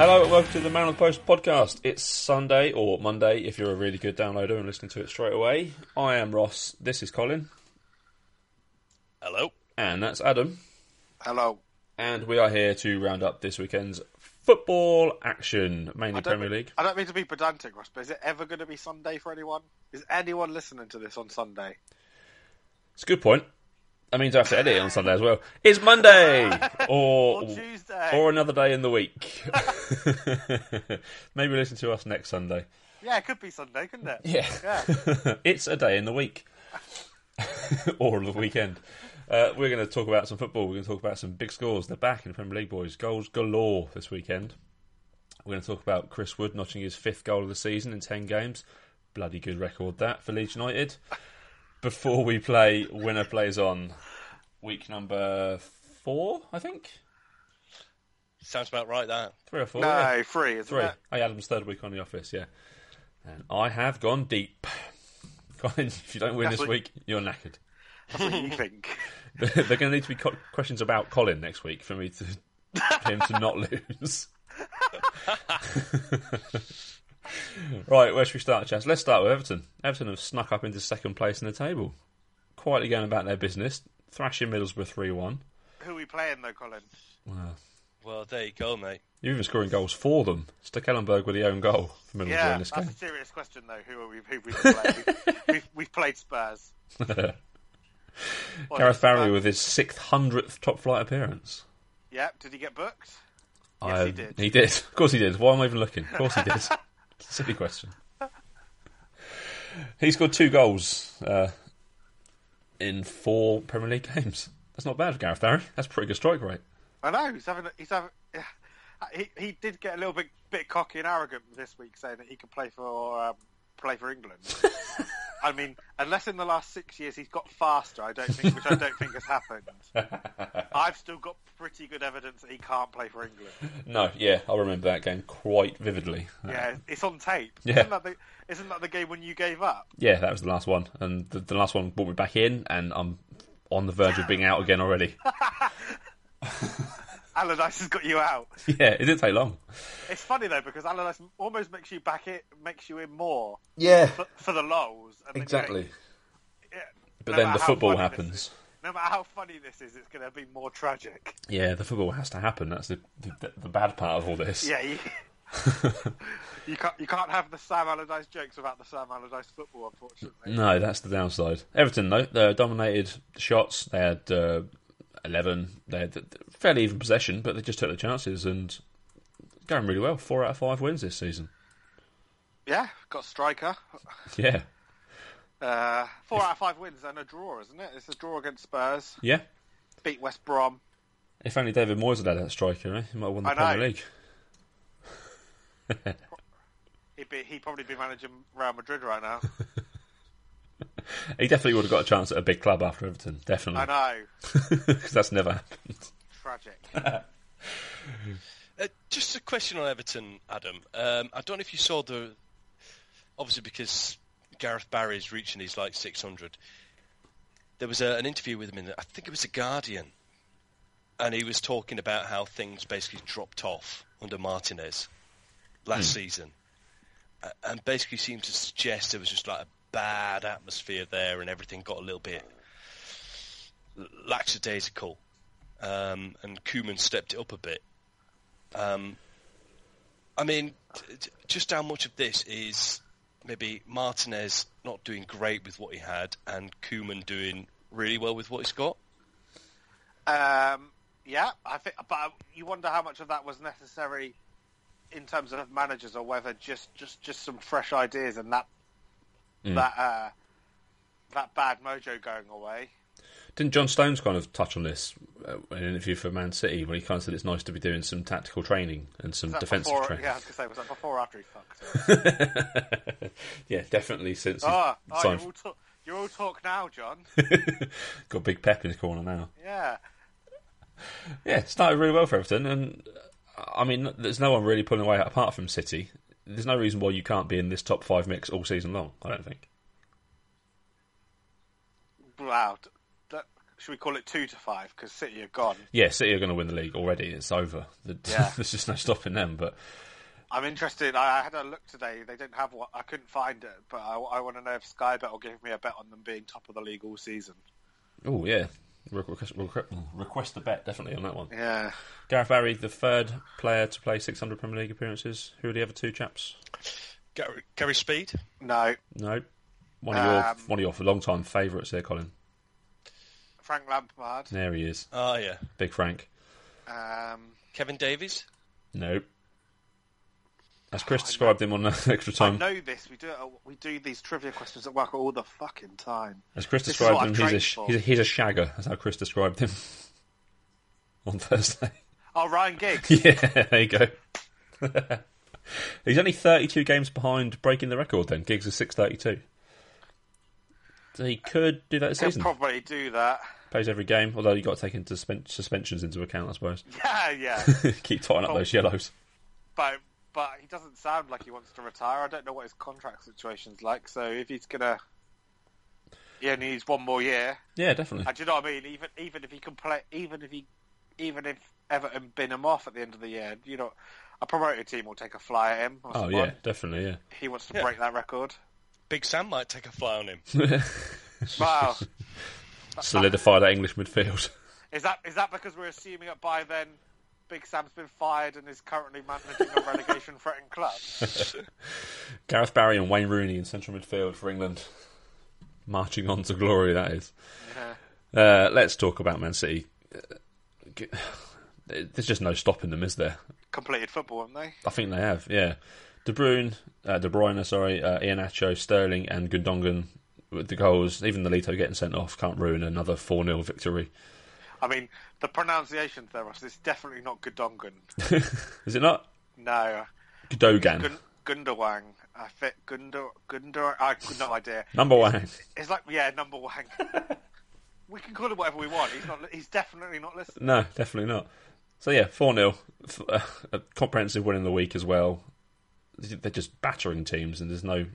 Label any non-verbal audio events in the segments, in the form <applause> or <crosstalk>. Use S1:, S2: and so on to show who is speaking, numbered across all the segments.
S1: Hello and welcome to the Man on the Post podcast. It's Sunday or Monday if you're a really good downloader and listen to it straight away. I am Ross. This is Colin,
S2: Hello.
S1: and that's Adam,
S2: Hello.
S1: and we are here to round up this weekend's football action, mainly Premier League.
S2: I don't mean to be pedantic, Ross, but is it ever going to be Sunday for anyone? Is anyone listening to this on Sunday?
S1: It's a good point. That means I have to edit it on Sunday as well. It's
S2: <laughs>
S1: Monday or
S2: Or
S1: Oh.
S2: Tuesday.
S1: or another day in the week. <laughs> Maybe listen to us next Sunday.
S2: Yeah, it could be Sunday, couldn't it?
S1: <laughs> Yeah. <laughs> it's a day in the week <laughs> or the weekend. Uh, we're going to talk about some football. We're going to talk about some big scores. They're back in the Premier League, boys. Goals galore this weekend. We're going to talk about Chris Wood notching his fifth goal of the season in 10 games. Bloody good record that for Leeds United. Before we play Winner Plays On, week number four, I think.
S3: Sounds about right. That
S1: Three or four. yeah.
S2: No, free, isn't
S1: Three.
S2: it?
S1: Oh, yeah, Adam's third week on the office, yeah. And I have gone deep. <laughs> Colin, if you don't win this
S2: what-
S1: week, you're knackered. <laughs>
S2: That's what you think. <laughs>
S1: They're going to need to be co- questions about Colin next week for me to <laughs> for him to not lose. <laughs> right, where should we start, Chaz? Let's start with Everton. Everton have snuck up into second place in the table, quietly going about their business, thrashing Middlesbrough three-one.
S2: Who are we playing, though, Colin?
S3: well, there you go, mate.
S1: You're even scoring goals for them. Stukellenberg with the own goal for Middlesbrough
S2: Yeah,
S1: in
S2: that's
S1: this game.
S2: a serious question, though. Who are we, who
S1: <laughs>
S2: we playing? we've, we've, we've played Spurs. What,
S1: Gareth Barry
S2: Spurs-
S1: with his sixth hundredth top flight appearance.
S2: Yeah, did he get booked?
S1: I-
S2: Yes, he did.
S1: He did. Of course he did. Why am I even looking? Of course he
S2: <laughs>
S1: did. Silly question. He scored two goals uh, in four Premier League games. That's not bad, Gareth Barry. That's a pretty good strike rate.
S2: I know he's having. He's having. <sighs> He he did get a little bit bit cocky and arrogant this week, saying that he could play for um, play for
S1: <laughs>
S2: England. I mean, unless in the last six years he's got faster, I don't think, which I don't think has happened.
S1: <laughs>
S2: I've still got pretty good evidence that he can't play for England.
S1: <laughs> No, yeah, I remember that game quite vividly. Uh,
S2: Yeah, it's on tape.
S1: Yeah.
S2: Isn't that the isn't that the game when you gave up?
S1: yeah, that was the last one, and the, the last one brought me back in, and I'm on the verge of being out again already. <laughs>
S2: Allardyce has got
S1: <laughs>
S2: you out.
S1: yeah, it didn't take long.
S2: It's funny though because Allardyce almost makes you back it, makes you in more
S1: Yeah,
S2: for, for the lols. And then you
S1: exactly.
S2: think, yeah,
S1: But
S2: no
S1: then
S2: matter
S1: the
S2: how
S1: football
S2: funny this
S1: happens.
S2: is- no matter how funny this is, it's going to be more tragic.
S1: Yeah, the football has to happen. That's the the, the bad part of all this.
S2: Yeah, <laughs> you, you can't you can't have the Sam Allardyce jokes without the Sam Allardyce football, unfortunately.
S1: No, that's the downside. Everton though they dominated the shots. They had uh, eleven. They had fairly even possession, but they just took their chances and going really well. Four out of five wins this season.
S2: Yeah, got striker.
S1: Yeah,
S2: Uh, four out of five wins and a draw, isn't it? It's a draw against Spurs.
S1: yeah.
S2: Beat West Brom.
S1: If only David Moyes had had that striker, eh? he might have won the
S2: I know.
S1: Premier League.
S2: He'd be he'd probably be managing Real Madrid right <laughs> now.
S1: He definitely would have got a chance at a big club after Everton,
S2: I
S1: <laughs> definitely,
S2: know.
S1: because that's never happened.
S2: Tragic.
S3: Uh, just a question on Everton, Adam. Um, I don't know if you saw the. Obviously, because Gareth Barry is reaching his like 600. There was a, an interview with him in, the- I think it was the Guardian, and he was talking about how things basically dropped off under Martinez last season, uh, and basically seemed to suggest there was just like a bad atmosphere there, and everything got a little bit lackadaisical. Um, and Kuman stepped it up a bit. Um, I mean, t- t- just how much of this is maybe Martinez not doing great with what he had and Kuman doing really well with what he's got?
S2: Um, yeah, I think, but you wonder how much of that was necessary in terms of managers, or whether just just just some fresh ideas and that that uh, that bad mojo going away.
S1: Didn't John Stones kind of touch on this uh, in an interview for Man City when he kind of said it's nice to be doing some tactical training and some
S2: Was that
S1: defensive
S2: before,
S1: training?
S2: Yeah, I was gonna say, was that before or after he fucked?
S1: Yeah, definitely since he
S2: oh, oh,
S1: signed-
S2: you're all talk, you're all talk now, John.
S1: got Big Pep in his corner now.
S2: Yeah,
S1: Yeah, it started really well for Everton, and uh, I mean, there's no one really pulling away apart from City. There's no reason why you can't be in this top five mix all season long. I don't think.
S2: wow. d- That, should we call it two to five? Because City are gone.
S1: Yeah, City are going to win the league already. It's over. The- <laughs>
S2: Yeah.
S1: there's just no stopping them. But
S2: I'm interested. I I had a look today. They didn't have what I couldn't find it, but I, want to know if Sky Bet will give me a bet on them being top of the league all season.
S1: oh yeah, Re- request, request, request the bet definitely on that one.
S2: Yeah,
S1: Gareth Barry, the third player to play 600 Premier League appearances. Who are the other two chaps?
S3: Gary, Gary Speed,
S2: no,
S1: No, one of your
S2: Um,
S1: one of your long-time favourites there, Colin.
S2: Frank Lampard.
S1: There he is,
S3: oh yeah,
S1: Big Frank.
S2: Um,
S3: Kevin Davies.
S1: Nope. As Chris described him on uh, <laughs> extra
S2: Oh, I
S1: time,
S2: know this. We do it, at- we do these trivia questions at work all the fucking time.
S1: as Chris
S2: this is
S1: described
S2: what
S1: him,
S2: I've
S1: he's a,
S2: trained
S1: sh-
S2: for.
S1: he's a he's a shagger. That's how Chris described him <laughs> on Thursday. <laughs>
S2: Oh, Ryan Giggs.
S1: yeah, there you go. <laughs> he's only 32 games behind breaking the record. Then Giggs is 632. So he could do that this
S2: He'll
S1: season.
S2: probably do that. <laughs>
S1: Plays every game, although you've got to take into suspen- suspensions into account, I suppose. <laughs>
S2: Yeah, yeah.
S1: Keep tying
S2: Oh.
S1: up those yellows.
S2: but but he doesn't sound like he wants to retire. I don't know what his contract situation's like. So if he's gonna, he only needs one more year.
S1: Yeah, definitely.
S2: And do you know what I mean? Even even if he can play, even if he, even if Everton bin him off at the end of the year, you know, a promoted team will take a fly at him. Or
S1: Oh yeah, definitely. Yeah.
S2: he wants to
S3: Yeah.
S2: break
S1: <laughs>
S2: that record.
S3: Big Sam might take a fly on him.
S2: Wow,
S1: solidify that English midfield.
S2: is that is that because we're assuming that by then Big Sam's been fired and is currently managing a relegation threatened club?
S1: Gareth Barry and Wayne Rooney in central midfield for England, marching on to glory. That is.
S2: <laughs> Yeah.
S1: Uh, let's talk about Man City. Uh, g- <sighs> There's just no stopping them, is there?
S2: Completed football, haven't they?
S1: I think they have. Yeah, De Bruyne, uh, De Bruyne, sorry, uh, Iheanacho, Sterling, and Gundogan with the goals. Even the Lito getting sent off can't ruin another four 0 victory.
S2: I mean, the pronunciation there, Ross, is definitely not Gudongan.
S1: Is it not?
S2: No,
S1: Dogan.
S2: Gun- Gundawang. I fit Gundor Gundor. I no idea.
S1: Number one.
S2: It's like yeah, number <laughs> one. we can call it whatever we want. He's not. He's definitely not listening.
S1: No, definitely not. So yeah, four 0 a comprehensive win in the week as well. They're just battering teams, and there's no,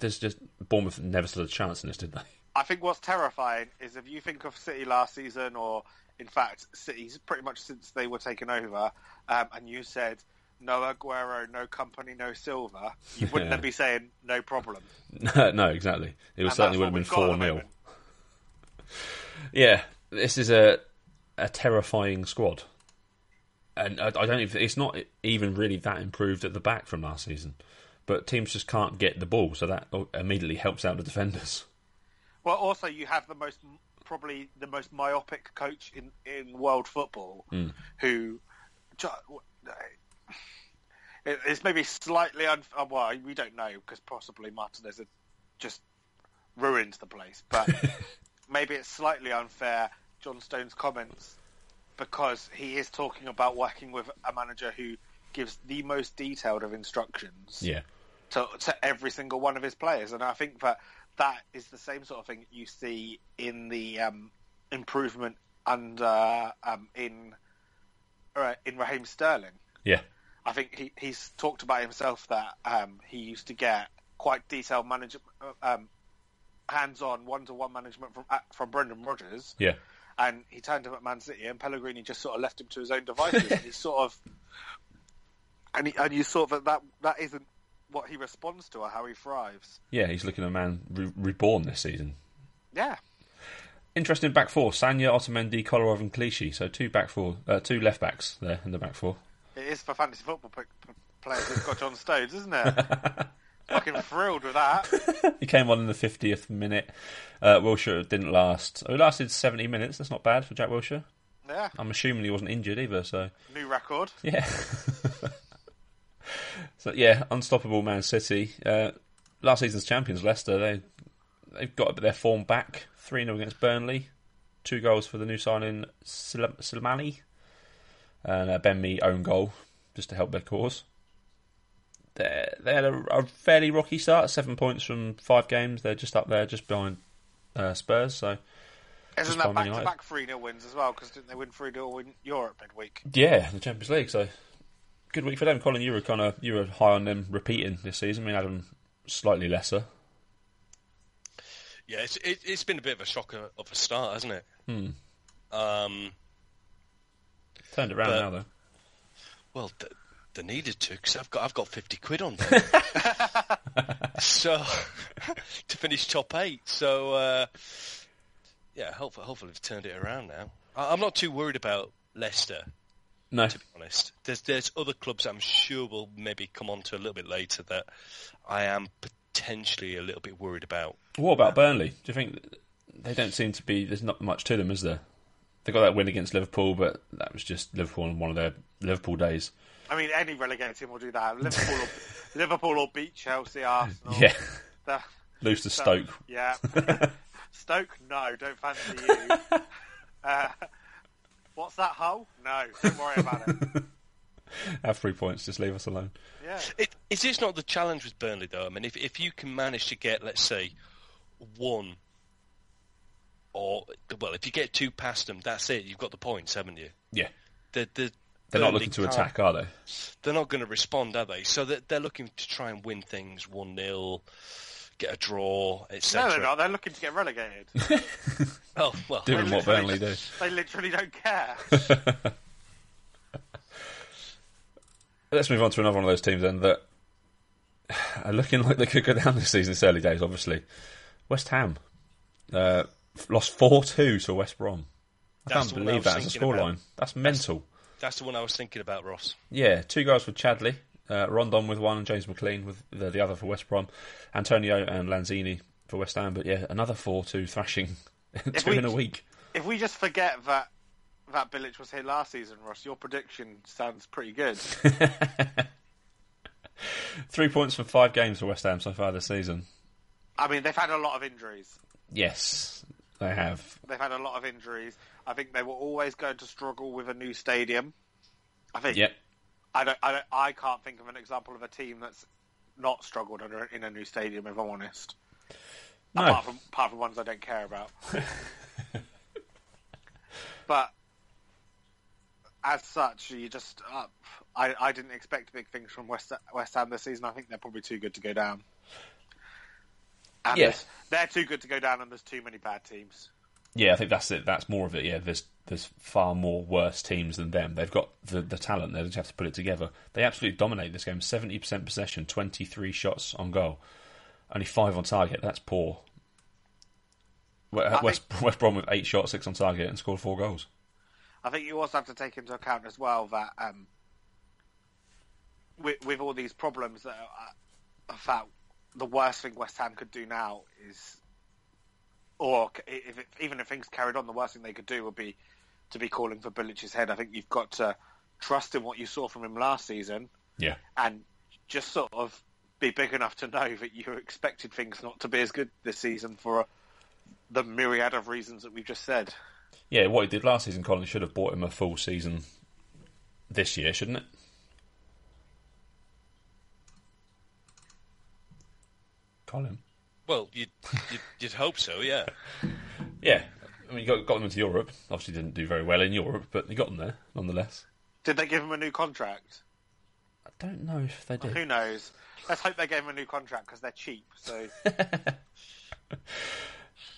S1: there's just Bournemouth never stood a chance in this, did they? <laughs>
S2: I think what's terrifying is if you think of City last season, or in fact, City's pretty much since they were taken over, um, and you said no Aguero, no company, no silver, you wouldn't
S1: Yeah.
S2: then be saying no problem.
S1: No, no, exactly. It was
S2: And
S1: certainly would
S2: that's
S1: have
S2: what
S1: been
S2: we've got
S1: four
S2: at the
S1: 0
S2: moment.
S1: <laughs> Yeah, this is a a terrifying squad, and I, I don't. Even, it's not even really that improved at the back from last season, but teams just can't get the ball, so that immediately helps out the defenders. <laughs>
S2: Well, also you have the most probably the most myopic coach in in world football, who ju- it- it's maybe slightly un. uh, Well, we don't know because possibly Martinez had just ruined the place, but maybe it's slightly unfair. John Stone's comments because he is talking about working with a manager who gives the most detailed of instructions
S1: Yeah,
S2: to, to every single one of his players. And I think that that is the same sort of thing you see in the um, improvement under um, in uh, in Raheem Sterling.
S1: yeah,
S2: I think he, he's talked about himself that um, he used to get quite detailed manage, um, hands-on one-to-one management from uh, from Brendan Rodgers,
S1: yeah.
S2: and he turned him at Man City, and Pellegrini just sort of left him to his own devices. and he sort of, <laughs> and he, and you saw that that that isn't what he responds to or how he thrives.
S1: Yeah, he's looking at a man re- reborn this season.
S2: Yeah,
S1: Interesting back four: Sanya, Otamendi, Kolarov, and Clichy. So two back four, uh, two left backs there in the back four.
S2: it is for fantasy football p- p- players who've got John Stones,
S1: <laughs>
S2: isn't it? Fucking thrilled with that.
S1: He came on in the fiftieth minute. Uh, Wilshire didn't last. Oh, He lasted seventy minutes. That's not bad for Jack Wilshire.
S2: Yeah,
S1: I'm assuming he wasn't injured either. So
S2: new record.
S1: yeah. so yeah, unstoppable Man City. Uh, last season's champions, Leicester, they they've got a bit of their form back. Three 0 against Burnley, two goals for the new signing Sil- Silmani, and uh, Ben Me own goal just to help their cause. They they had a, a fairly rocky start, seven points from five games. They're just up there, just behind uh, Spurs. So
S2: Isn't
S1: by Man
S2: that back to
S1: United.
S2: back 3 0 wins as well? Because didn't they win 3 0 in Europe midweek?
S1: yeah, the Champions League. So good week for them. Colin, you were kind of you were high on them repeating this season. I mean, Adam slightly lesser.
S3: Yeah, it's, it, it's been a bit of a shocker of a start, hasn't it? Um,
S1: Turned it around
S3: But-
S1: now though.
S3: well, th- they needed to because I've got I've got fifty quid on them. so <laughs> to finish top eight, so uh, yeah, hopefully hopefully they've turned it around now. I- I'm not too worried about Leicester.
S1: No,
S3: to be honest. There's there's other clubs I'm sure we'll maybe come on to a little bit later that I am potentially a little bit worried about.
S1: What about Burnley? Do you think they don't seem to be? There's not much to them, is there? They got that win against Liverpool, but that was just Liverpool on one of their Liverpool days. <laughs>
S2: I mean, any relegated team will do that. Liverpool, will, Liverpool will beat Chelsea, Arsenal.
S1: Yeah,
S2: They're-
S1: lose to
S2: So-
S1: Stoke.
S2: <laughs>
S1: <laughs>
S2: Yeah. Stoke, no, don't fancy
S1: <laughs>
S2: you. uh, what's that hole? No, don't worry
S1: <laughs>
S2: about it.
S1: Have three points, just leave us alone.
S2: Yeah.
S3: It, is this not the challenge with Burnley though? I mean, if if you can manage to get let's say one or well, if you get two past them, that's it. You've got the points, haven't you?
S1: Yeah,
S3: They're, they're,
S1: they're not
S3: Burnley
S1: looking to
S3: can't-
S1: attack, are they?
S3: They're not going to respond, are they? So they're, they're looking to try and win things one 0 get a draw,
S2: No,
S3: etc.
S2: they're not. They're looking to get relegated.
S3: Oh well,
S1: Doing what Burnley do.
S2: They literally don't
S1: <laughs>
S2: care.
S1: Let's move on to another one of those teams then that <sighs> are looking like they could go down this season. It's early days, obviously. West Ham uh, f- lost four two to West Brom. I
S3: That's
S1: can't
S3: the one I
S1: believe
S3: was
S1: that as a
S3: thinking about.
S1: scoreline. That's mental.
S3: That's the one I was thinking about, Ross.
S1: Yeah, two goals for Chadley, uh, Rondon with one, and James McLean with the, the other for West Brom, Antonio and Lanzini for West Ham. But yeah, another four-two thrashing, <laughs> two
S2: we-
S1: in a week.
S2: if we just forget that that Bilic was here last season, Ross, your prediction sounds
S1: <laughs>
S2: pretty good.
S1: Three points from five games for West Ham so far this season.
S2: I mean, they've had a lot of injuries.
S1: Yes, they have.
S2: They've had a lot of injuries. I think they were always going to struggle with a new stadium. I think.
S1: Yep.
S2: I don't, I don't, I can't think of an example of a team that's not struggled under, in a new stadium. If I'm honest,
S1: No.
S2: apart from apart from ones I don't
S1: <laughs>
S2: care about. but as such, you just uh, I I didn't expect big things from West West Ham this season. I think they're probably too good to go down. And
S1: Yeah.
S2: there's- they're too good to go down, and there's too many bad teams.
S1: Yeah, I think that's it. That's more of it. Yeah, there's there's far more worse teams than them. They've got the, the talent. They just have to put it together. They absolutely dominate this game. Seventy percent possession, twenty three shots on goal, only five on target. That's poor. We- West West Brom with eight shots, six on target, and scored four goals.
S2: I think you also have to take into account as well that um, with, with all these problems that, are, that the worst thing West Ham could do now is, or c- if if- even if things carried on, the worst thing they could do would be to be calling for Bilic's head. I think you've got to trust in what you saw from him last season
S1: Yeah,
S2: and just sort of be big enough to know that you expected things not to be as good this season for uh, the myriad of reasons that we've just said.
S1: yeah. What he did last season, Colin should have bought him a full season this year, shouldn't it? Colin.
S3: Well, you'd, you'd, you'd hope so, yeah. <laughs>
S1: Yeah, I mean, you got, got them into Europe. Obviously, didn't do very well in Europe, but you got them there nonetheless.
S2: Did they give him a new contract?
S1: I don't know if they
S2: Who
S1: did.
S2: knows? Let's hope they gave him a new contract because they're cheap.
S1: <laughs>
S2: So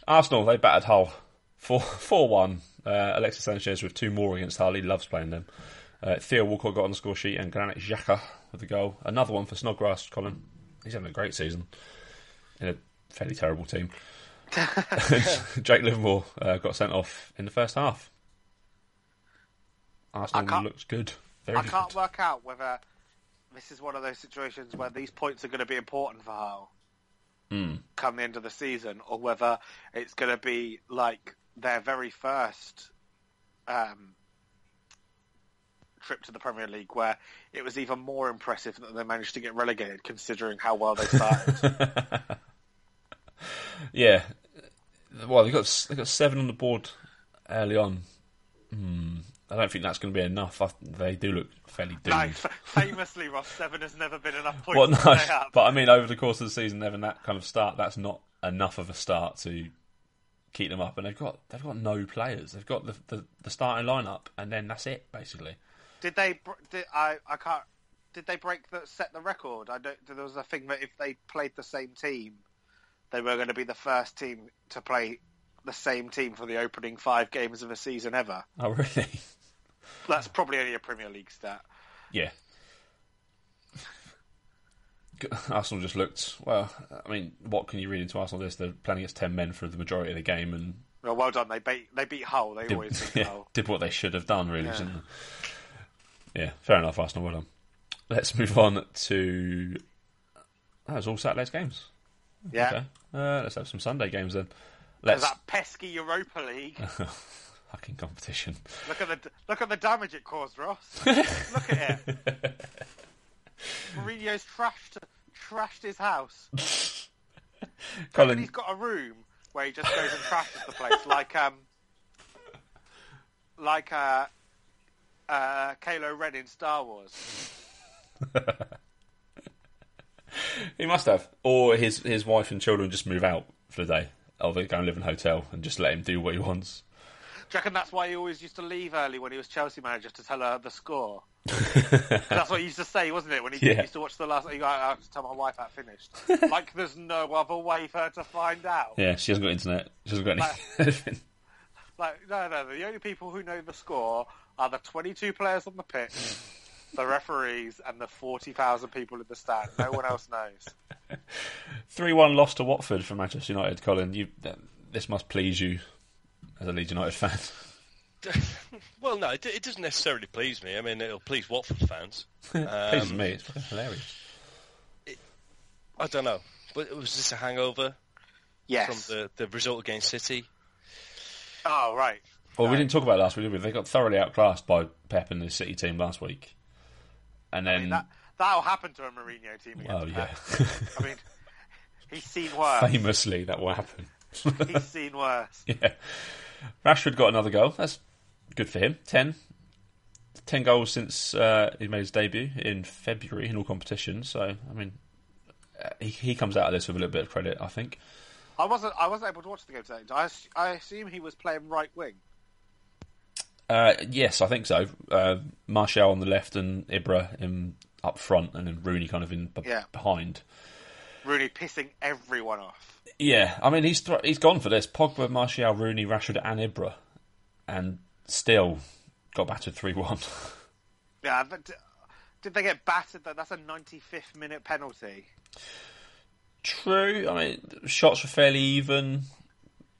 S1: Arsenal they battered Hull four <laughs> four one. Uh, Alexis Sanchez with two more against Hull. He loves playing them. Uh, Theo Walcott got on the score sheet and Granit Xhaka with the goal. Another one for Snodgrass. Colin, he's having a great season in a fairly terrible <laughs> team. Jake Livermore uh, got sent off in the first half.
S2: I
S1: Arsenal
S2: can't-
S1: looks good. Very
S2: I can't
S1: good.
S2: work out whether this is one of those situations where these points are going to be important for Hull
S1: Hmm.
S2: come the end of the season, or whether it's going to be like their very first um, trip to the Premier League where it was even more impressive that they managed to get relegated considering how well
S1: <laughs>
S2: they started.
S1: Yeah. Well, they've got they got seven on the board early on. Hmm. I don't think that's going to be enough. I, they do look fairly doomed.
S2: no, f- famously, Ross, seven has never been enough points
S1: Well,
S2: to
S1: no,
S2: stay up.
S1: but I mean, over the course of the season, having that kind of start, that's not enough of a start to keep them up. And they've got they've got no players. They've got the the, the starting lineup, and then that's it basically. <laughs>
S2: Did they? br- Did, I? I can't. Did they break the set the record? I don't. There was a thing that if they played the same team, they were going to be the first team to play the same team for the opening five games of a season ever.
S1: Oh really?
S2: That's probably only a Premier League stat.
S1: yeah. <laughs> Arsenal just looked well. I mean, what can you read into Arsenal? This they're playing against ten men for the majority of the game and
S2: Well, well done. They beat. They beat Hull. They
S1: did, <laughs>
S2: always beat
S1: yeah,
S2: Hull.
S1: did what they should have done, really. Yeah, yeah fair enough, Arsenal. Well done. Let's move on to. That was all Saturday's games.
S2: Yeah.
S1: Okay. Uh, let's have some Sunday games then.
S2: There's
S1: Let's
S2: that pesky
S1: <laughs>
S2: Europa League.
S1: fucking competition.
S2: Look at the look at the damage it
S1: <laughs>
S2: caused, Ross. look at it. Mourinho's trashed trashed his house. And
S1: Colin,
S2: he's got a room where he just goes and trashes the place, like um, like uh, uh, Kylo Ren in Star Wars.
S1: he must have, or his his wife and children just move out for the day, or they go and live in a hotel and just let him do what he wants.
S2: Do you reckon that's why he always used to leave early when he was Chelsea manager to tell her the score?
S1: <laughs>
S2: 'Cause that's what he used to say, wasn't it? When he
S1: Yeah.
S2: used to watch the last, he go, I have to tell my wife that finished. <laughs> like there's no other way for her to find out.
S1: Yeah, she hasn't got internet. She hasn't got anything.
S2: Like, no, no, the only people who know the score are the 22 players on the pitch, the referees, and the 40,000 people in the stand. No one else knows.
S1: <laughs> Three one loss to Watford for Manchester United. Colin, you th- this must please you as a Leeds United fan.
S3: well, no, it, it doesn't necessarily please me. I mean, it'll please Watford fans.
S1: Pleases me. It's Um, fucking hilarious.
S3: I don't know. But was this a hangover
S2: Yes.
S3: from the, the result against City?
S2: Oh, right.
S1: Well, we didn't talk about it last week, did we? They got thoroughly outclassed by Pep and the City team last week, and then
S2: That, that'll happen to a Mourinho team again.
S1: oh Mm. yeah,
S2: I mean, he's seen worse.
S1: famously that will happen. <laughs>
S2: he's seen worse.
S1: Yeah. Rashford got another goal. That's good for him. Ten. Ten goals since uh, he made his debut in February in all competitions. So, I mean, uh, he, he comes out of this with a little bit of credit, I think.
S2: I wasn't. I wasn't able to watch the game today. I, ass- I assume he was playing right wing.
S1: Uh, yes, I think so. Uh, Martial on the left and Ibra in, up front and then Rooney kind of in b-
S2: Yeah.
S1: behind.
S2: Really pissing everyone off.
S1: Yeah, I mean, he's thr he's gone for this. Pogba, Martial, Rooney, Rashford and Ibra. And still got battered 3-1.
S2: Yeah, but d- did they get battered? though? That's a 95th minute penalty.
S1: True. I mean, shots were fairly even.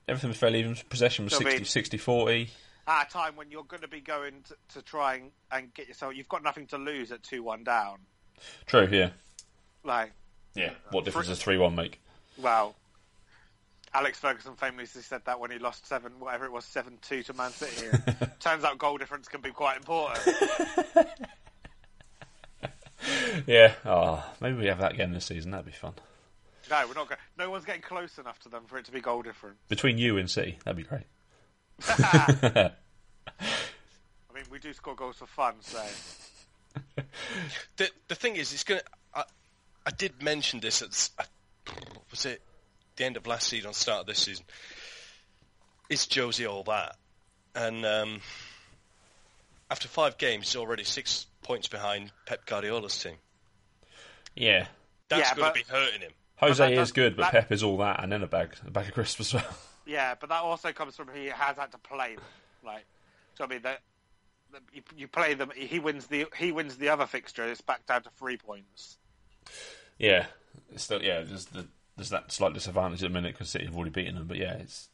S1: Everything was fairly even. Possession was
S2: So, I mean-
S1: 60, 60 40.
S2: at a time when you're going to be going to, to try and, and get yourself. You've got nothing to lose at two one down.
S1: True, yeah.
S2: Like,
S1: Yeah. What difference does 3 1 make?
S2: well, Alex Ferguson famously said that when he lost seven, whatever it was, seven two to Man City. Turns out goal difference can be quite important.
S1: Yeah. Ah, maybe we have that again this season. That'd be fun.
S2: no, we're not. Go- no one's getting close enough to them for it to be goal different.
S1: Between you and City, that'd be great.
S2: I mean, we do score goals for fun, so
S3: The the thing is, it's going. to... I did mention this at s- I- was it the end of last season, or start of this season. Is Josie all that? And um, after five games, he's already six points behind Pep Guardiola's team.
S1: Yeah.
S3: That's
S2: Yeah,
S3: going
S2: but-
S3: to be hurting him.
S1: Jose
S2: that-
S1: is good, but
S2: that-
S1: Pep is all that, and then a bag, a bag of crisps as well.
S2: yeah. But that also comes from he has had to play them. Like, so I mean that. that You, you play them. He wins the he wins the other fixture. It's back down to three points.
S1: yeah. It's still, yeah, there's, the, there's that slight disadvantage at the minute because City have already beaten them, but yeah, it's.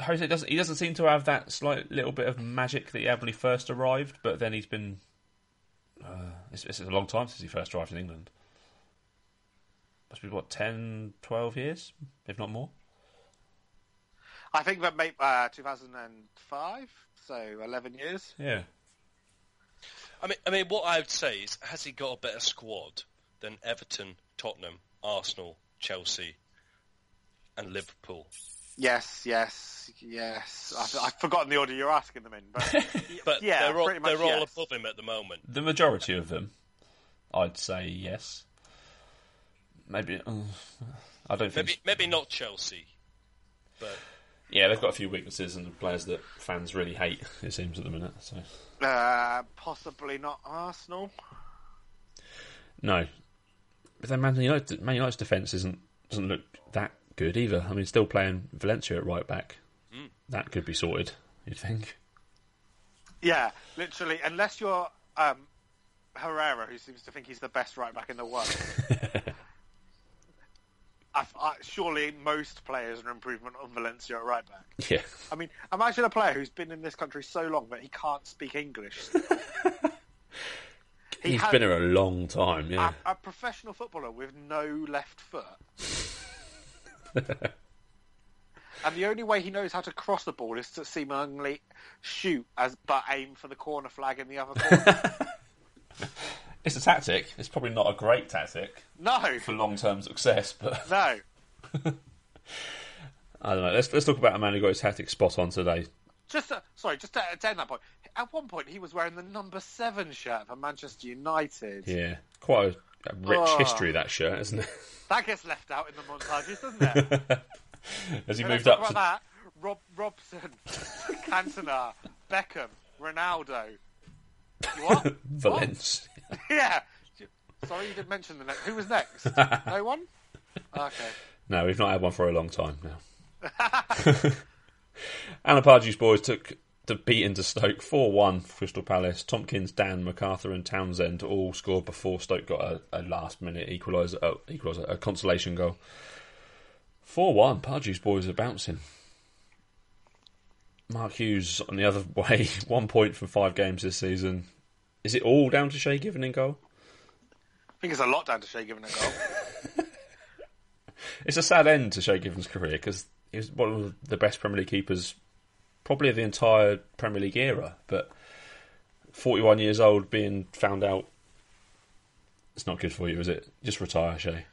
S1: Jose doesn't. He doesn't seem to have that slight little bit of magic that he had when he first arrived, but then he's been. Uh, it's, it's a long time since he first arrived in England. Must be what 10, 12 years, if not more.
S2: I think that made uh, 2005, so 11 years.
S1: Yeah,
S3: I mean, I mean, what I would say is, has he got a better squad than Everton, Tottenham, Arsenal, Chelsea, and Liverpool?
S2: Yes, yes, yes. I've, I've forgotten the order you're asking them in, but,
S3: But
S2: yeah,
S3: they're all,
S2: pretty much
S3: they're all
S2: yes.
S3: above him at the moment.
S1: The majority of them, I'd say yes. Maybe uh, I don't think.
S3: Maybe maybe not Chelsea, but
S1: Yeah, they've got a few weaknesses and players that fans really hate. It seems at the minute. So
S2: uh, possibly not Arsenal.
S1: no, but then Man United, Man United's defense isn't doesn't look that good either. I mean, still playing Valencia at right back.
S2: Mm.
S1: That could be sorted. You'd think. <laughs>
S2: Yeah, literally, unless you're um, Herrera, who seems to think he's the best right back in the world. I, I, surely most players are improvement on Valencia at right back.
S1: Yeah.
S2: I mean, imagine a player who's been in this country so long that he can't speak English. he Ah.
S1: He's
S2: has
S1: been here a long time, yeah.
S2: a, a professional footballer with no left foot.
S1: <laughs>
S2: and the only way he knows how to cross the ball is to seemingly shoot as but aim for the corner flag in the other corner.
S1: <laughs> It's a tactic. It's probably not a great tactic
S2: no,
S1: for long term success, but
S2: no.
S1: <laughs> I don't know. Let's let's talk about a man who got his tactic spot on today.
S2: Just uh, sorry, just to attend that point. At one point, he was wearing the number seven shirt for Manchester United.
S1: Yeah. Quite a, a rich
S2: Oh.
S1: history that shirt, isn't it?
S2: That gets left out in the montages,
S1: <laughs>
S2: doesn't it?
S1: As he
S2: When I
S1: moved
S2: talk
S1: up to
S2: about that, Rob Robson, <laughs> Cantona, Beckham, Ronaldo.
S1: <laughs>
S2: You what?
S1: Valencia.
S2: Yeah. Sorry, you didn't mention the next. Who was <laughs> next? no one. Okay.
S1: No, we've not had one for a long time now. <laughs> Alan Pardew's boys took the beating to Stoke 4 1 Crystal Palace. Tompkins, Dan, MacArthur, and Townsend all scored before Stoke got a, a last minute equaliser, oh, equaliser, a consolation goal. 4 1. Pardew's boys are bouncing. Mark Hughes on the other <laughs> way, one point from five games this season. Is it all down to Shea Given in goal?
S2: I think it's a lot down to Shea giving a goal.
S1: It's a sad end to Shea Given's career because he was one of the best Premier League keepers, probably of the entire Premier League era. But 41 years old, being found out, it's not good for you, is it? Just retire, Shea.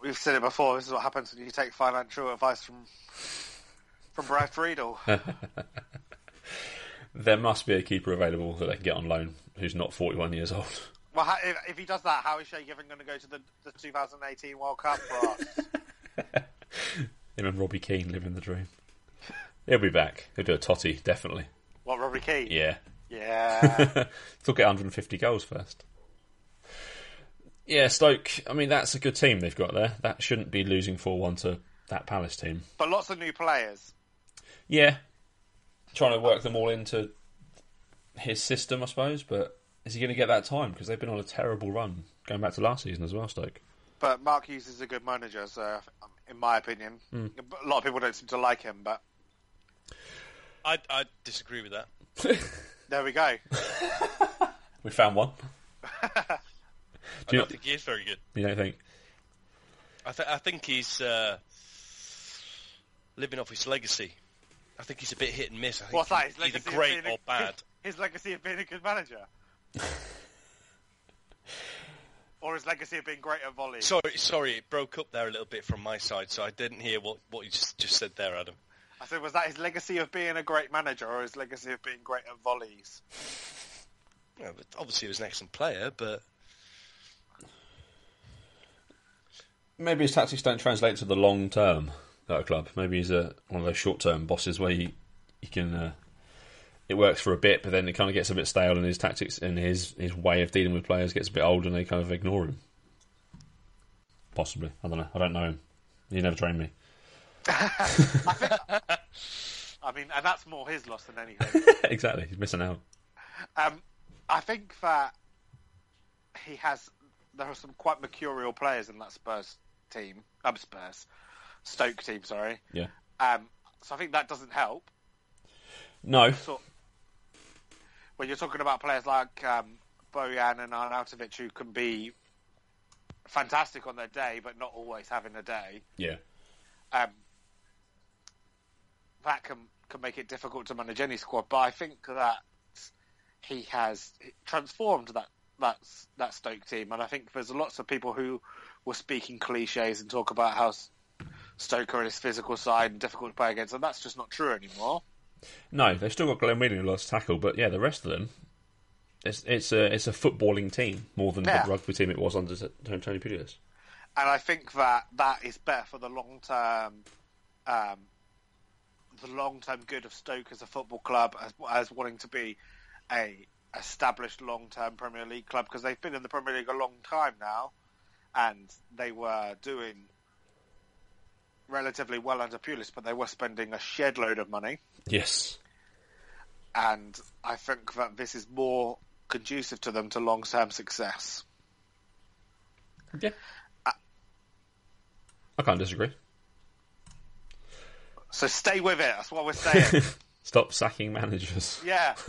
S2: We've said it before. This is what happens when you take financial advice from from Brad <laughs> Friedel.
S1: There must be a keeper available that they can get on loan who's not 41 years old. <laughs>
S2: well, how, if, if he does that, how is Shea Given going to go to the, the 2018 World Cup for <laughs> us?
S1: Him and Robbie Keane living the dream. He'll be back. He'll do a totty, definitely.
S2: what, Robbie Keane?
S1: Yeah.
S2: Yeah.
S1: Still get 150 goals first. Yeah, Stoke. I mean, that's a good team they've got there. That shouldn't be losing 4 1 to that Palace team.
S2: <laughs> but lots of new players.
S1: Yeah. Trying to work them all into his system, I suppose, but is he going to get that time? Because they've been on a terrible run going back to last season as well, Stoke.
S2: But Mark Hughes is a good manager, so um, in my opinion, a lot of people don't seem to like him. But
S3: I I disagree with that.
S2: there we <laughs> go.
S1: We found one.
S3: I
S1: Do you,
S3: don't think he is very good.
S1: you don't think?
S3: I th- I think he's uh, living off his legacy. I think he's a bit hit and miss. I think
S2: What's that? His
S3: he's either
S2: legacy of
S3: great
S2: being a-
S3: or bad.
S2: His, his legacy of being a good
S3: <laughs>
S2: manager, or his legacy of being great at volley.
S3: Sorry, sorry, it broke up there a little bit from my side, so I didn't hear what, what you just, just said there, Adam.
S2: I said, was that his legacy of being a great manager, or his legacy of being great at volleys?
S3: Yeah, but obviously, he was an excellent player, but
S1: Maybe his tactics don't translate to the long term at a club. Maybe he's a, one of those short term bosses where you, you can. Uh, it works for a bit, but then it kind of gets a bit stale, and his tactics and his, his way of dealing with players gets a bit old, and they kind of ignore him. Possibly, I don't know. I don't know him. He never trained me. <laughs>
S2: I mean, and that's more his loss than
S3: <laughs>
S2: anything.
S1: exactly, he's missing out.
S2: um, I think that he has. There are some quite mercurial players in that Spurs team. Um, Spurs, Stoke team. Sorry.
S1: Yeah.
S2: Um, so I think that doesn't help.
S1: No.
S2: So when you're talking about players like um, Bojan and Arnautovic, who can be fantastic on their day, but not always having a day,
S1: Yeah.
S2: um, that can can make it difficult to manage any squad. But I think that he has transformed that that that Stoke team, and I think there's lots of people who were speaking cliches and talk about how S- Stoke are in his physical side and difficult to play against, and that's just not true anymore.
S1: No, they've still got Glenn Whelan who lost tackle, but yeah, the rest of them, it's it's a it's a footballing team more than
S2: Yeah.
S1: the rugby team it was under T- Tony Pulis.
S2: and I think that that is better for the long term, um, the long term good of Stoke as a football club as, as wanting to be a established long term Premier League club because they've been in the Premier League a long time now, and they were doing relatively well under Pulis, but they were spending a shed load of money
S1: Yes,
S2: and I think that this is more conducive to them to long term success.
S1: yeah, I can't disagree.
S2: So stay with it. That's what we're saying.
S1: Stop sacking managers.
S2: yeah.
S3: <laughs>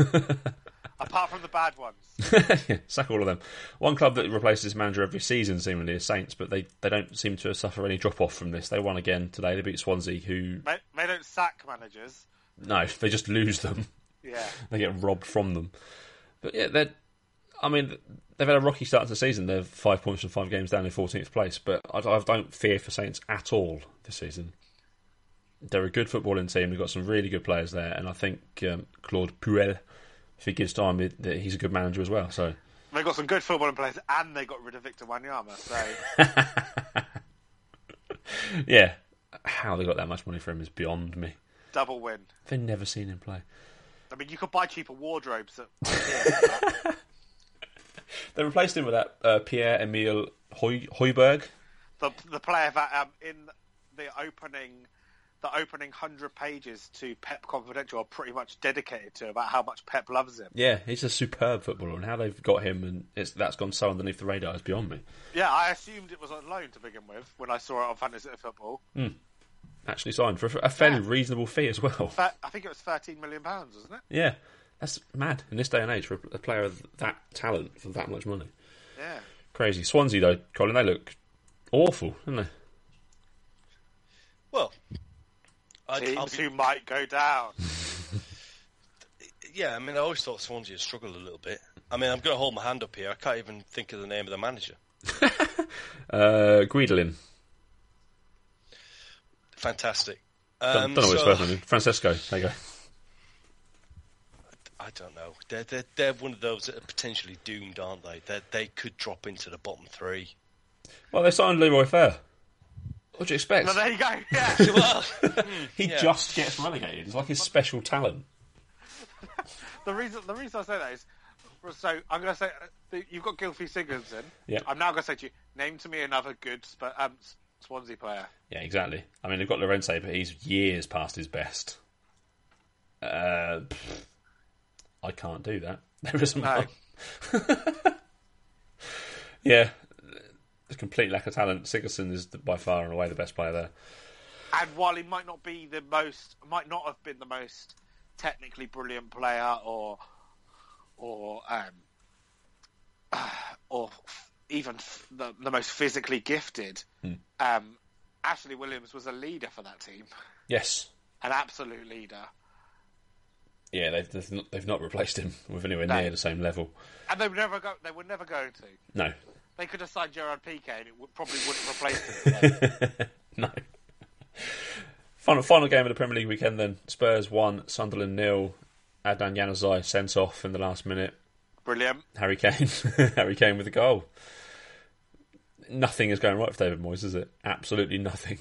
S2: Apart from the bad ones.
S1: Yeah, <laughs> sack all of them. One club that replaces manager every season seemingly is Saints, but they, they don't seem to suffer any drop off from this. They won again today. They beat Swansea, who
S2: They, they don't sack managers.
S1: no, <laughs> they just lose them.
S2: Yeah.
S1: they get robbed from them. But yeah, they're. I mean, they've had a rocky start to the season. They're five points from five games down in fourteenth place. But I, I don't fear for Saints at all this season. They're a good footballing team. They've got some really good players there, and I think um, Claude Puel, if he gives time, it- that he's a good manager as well. So
S2: They got some good footballing players, and they got rid of Victor Wanyama. So
S3: <laughs>
S1: yeah, how they got that much money for him is beyond me.
S2: double win.
S1: They've never seen him play.
S2: I mean, you could buy cheaper wardrobes.
S3: <laughs>
S2: At,
S1: They replaced him with that uh, Pierre Emile Hoy- Hoiberg.
S2: the the player that um, in the opening. The opening hundred pages to Pep Confidential are pretty much dedicated to about how much Pep loves him.
S1: Yeah, he's a superb footballer, and how they've got him and it's, that's gone so underneath the radar is beyond me.
S2: Yeah, I assumed it was on loan to begin with when I saw it on Fantasy Football.
S1: Actually signed for a, a fairly
S2: Yeah.
S1: reasonable fee as well. <laughs>
S2: Thir- I think it was thirteen million pounds, wasn't it?
S1: Yeah, that's mad in this day and age for a, a player of that talent for that much money.
S2: Yeah.
S1: Crazy. Swansea though, Colin, they look awful, didn't they?
S3: Well, I'd, I'll
S2: Teams
S3: be,
S2: who might go down.
S3: yeah, I mean, I always thought Swansea had struggled a little bit. I mean, I'm going to hold my hand up here. I can't even think of the name of the manager.
S1: Uh, Guidolin.
S3: Fantastic.
S1: Don't,
S3: Um,
S1: don't know what
S3: so-
S1: his first name is. Francesco. There you go.
S3: I don't know. They're, they're, they're one of those that are potentially doomed, aren't they? They're, they could drop into the bottom three.
S1: Well, they signed Leroy Fair. What do you expect?
S2: Well, there
S3: <laughs>
S2: you go. Yeah.
S3: Well,
S1: he
S3: yeah.
S1: just gets relegated. It's like his special talent.
S2: the reason the reason I say that is, so I'm going to say uh, you've got Gilfie Sigurdsson.
S1: Yep.
S2: I'm now going to say to you, name to me another good Sp- um, S- Swansea player.
S1: Yeah, exactly. I mean, they've got Lorente, but he's years past his best. Uh, pfft, I can't do that. <laughs> There isn't
S2: No.
S1: one. <laughs> yeah, the complete lack of talent. Sigerson is the- by far and away the best player there.
S2: And while he might not be the most, might not have been the most technically brilliant player, or or um, or f- even f- the, the most physically gifted, um, Ashley Williams was a leader for that team,
S1: Yes.
S2: an absolute leader.
S1: Yeah, they've, they've, not, they've not replaced him with anywhere
S2: No.
S1: near the same level.
S2: And they were never go. They were never going to.
S1: No. <laughs>
S2: They could have signed Gerard Piqué, and it would, probably wouldn't replace him.
S1: No. Final, final game of the Premier League weekend then. Spurs 1, Sunderland nil. Adnan Januzaj sent off in the last minute.
S2: Brilliant.
S1: Harry Kane. <laughs> Harry Kane with a goal. Nothing is going right for David Moyes, is it? Absolutely nothing.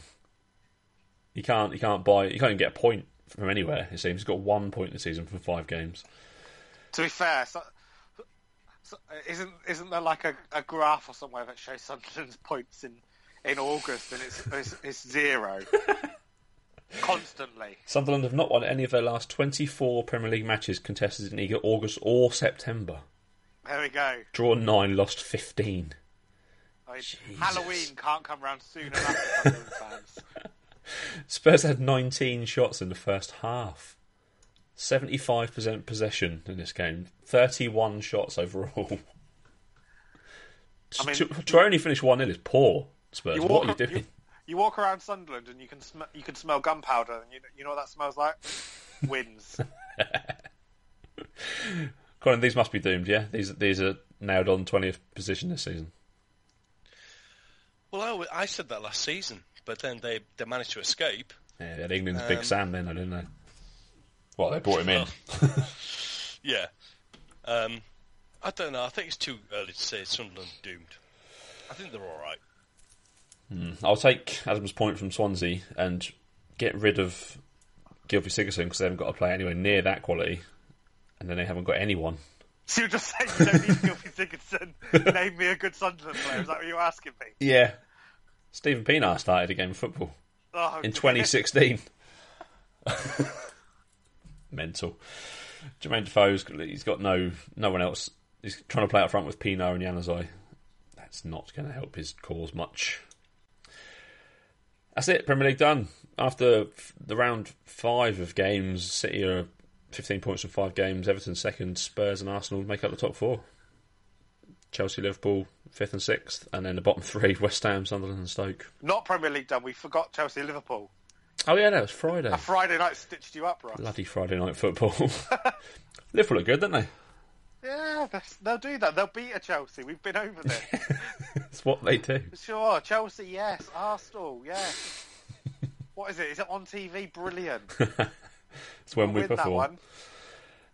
S1: He can't. He can't buy. He can't even get a point from anywhere. It seems he's got one point this season from five games.
S2: To be fair, so, so, uh, isn't isn't there like a, a graph or somewhere that shows Sunderland's <laughs> points in in August and it's it's, it's
S1: <laughs>
S2: zero constantly?
S1: Sunderland have not won any of their last twenty-four Premier League matches contested in either August or September.
S2: There we go.
S1: Drawn nine, lost fifteen.
S2: I mean, Halloween can't come round soon enough for Sunderland
S1: <laughs>
S2: fans.
S1: Spurs had nineteen shots in the first half. Seventy-five percent possession in this game. Thirty-one shots overall.
S2: I mean-
S1: to, to only finish one 0 is poor. Spurs.
S2: You
S1: What
S2: walk,
S1: are you doing?
S2: you, you walk around Sunderland and you can sm- you can smell
S1: <laughs>
S2: gunpowder and you, you know what that smells like? Wins.
S1: Colin, these must be doomed. Yeah, these these are nailed on twentieth position this season.
S3: Well, I w- I, said that last season, but then they, they managed to escape.
S1: Yeah, they had England's Big
S3: Um,
S1: Sam then, though, didn't they? Well, they brought him in.
S3: Yeah. Um, I don't know. I think it's too early to say Sunderland doomed. I think they're all right.
S1: I'll take Adam's point from Swansea and get rid of Gilfie Sigerson because they haven't got a player anywhere near that quality, and then they haven't got anyone.
S2: <laughs> So you're just saying you don't need Gilfie Dickinson. Name me a good Sunderland player. Is that what you're asking me?
S1: Yeah, Stephen Pienaar started a game of football
S2: Oh,
S1: in 2016. <laughs> Mental. Jermaine Defoe's he's got no no one else. He's trying to play out front with Pienaar and Yanazai. That's not going to help his cause much. That's it. Premier League done. After f- the round five of games, City are 15 points from five games. Everton second. Spurs and Arsenal make up the top four. Chelsea, Liverpool fifth and sixth, and then the bottom three: <laughs> West Ham, Sunderland, and Stoke.
S2: <laughs> Not Premier League done. We forgot Chelsea Liverpool.
S1: Oh yeah, that was Friday.
S2: A Friday night stitched you up, right?
S1: Bloody Friday night football. <laughs> Liverpool look good, don't they?
S2: Yeah, that's, they'll do that. They'll beat a Chelsea. We've been over this.
S1: That's what they do.
S2: sure, Chelsea, yes. Arsenal, yes. What is it? Is it on TV? Brilliant.
S1: It's when we
S2: Win that
S1: perform.
S2: one.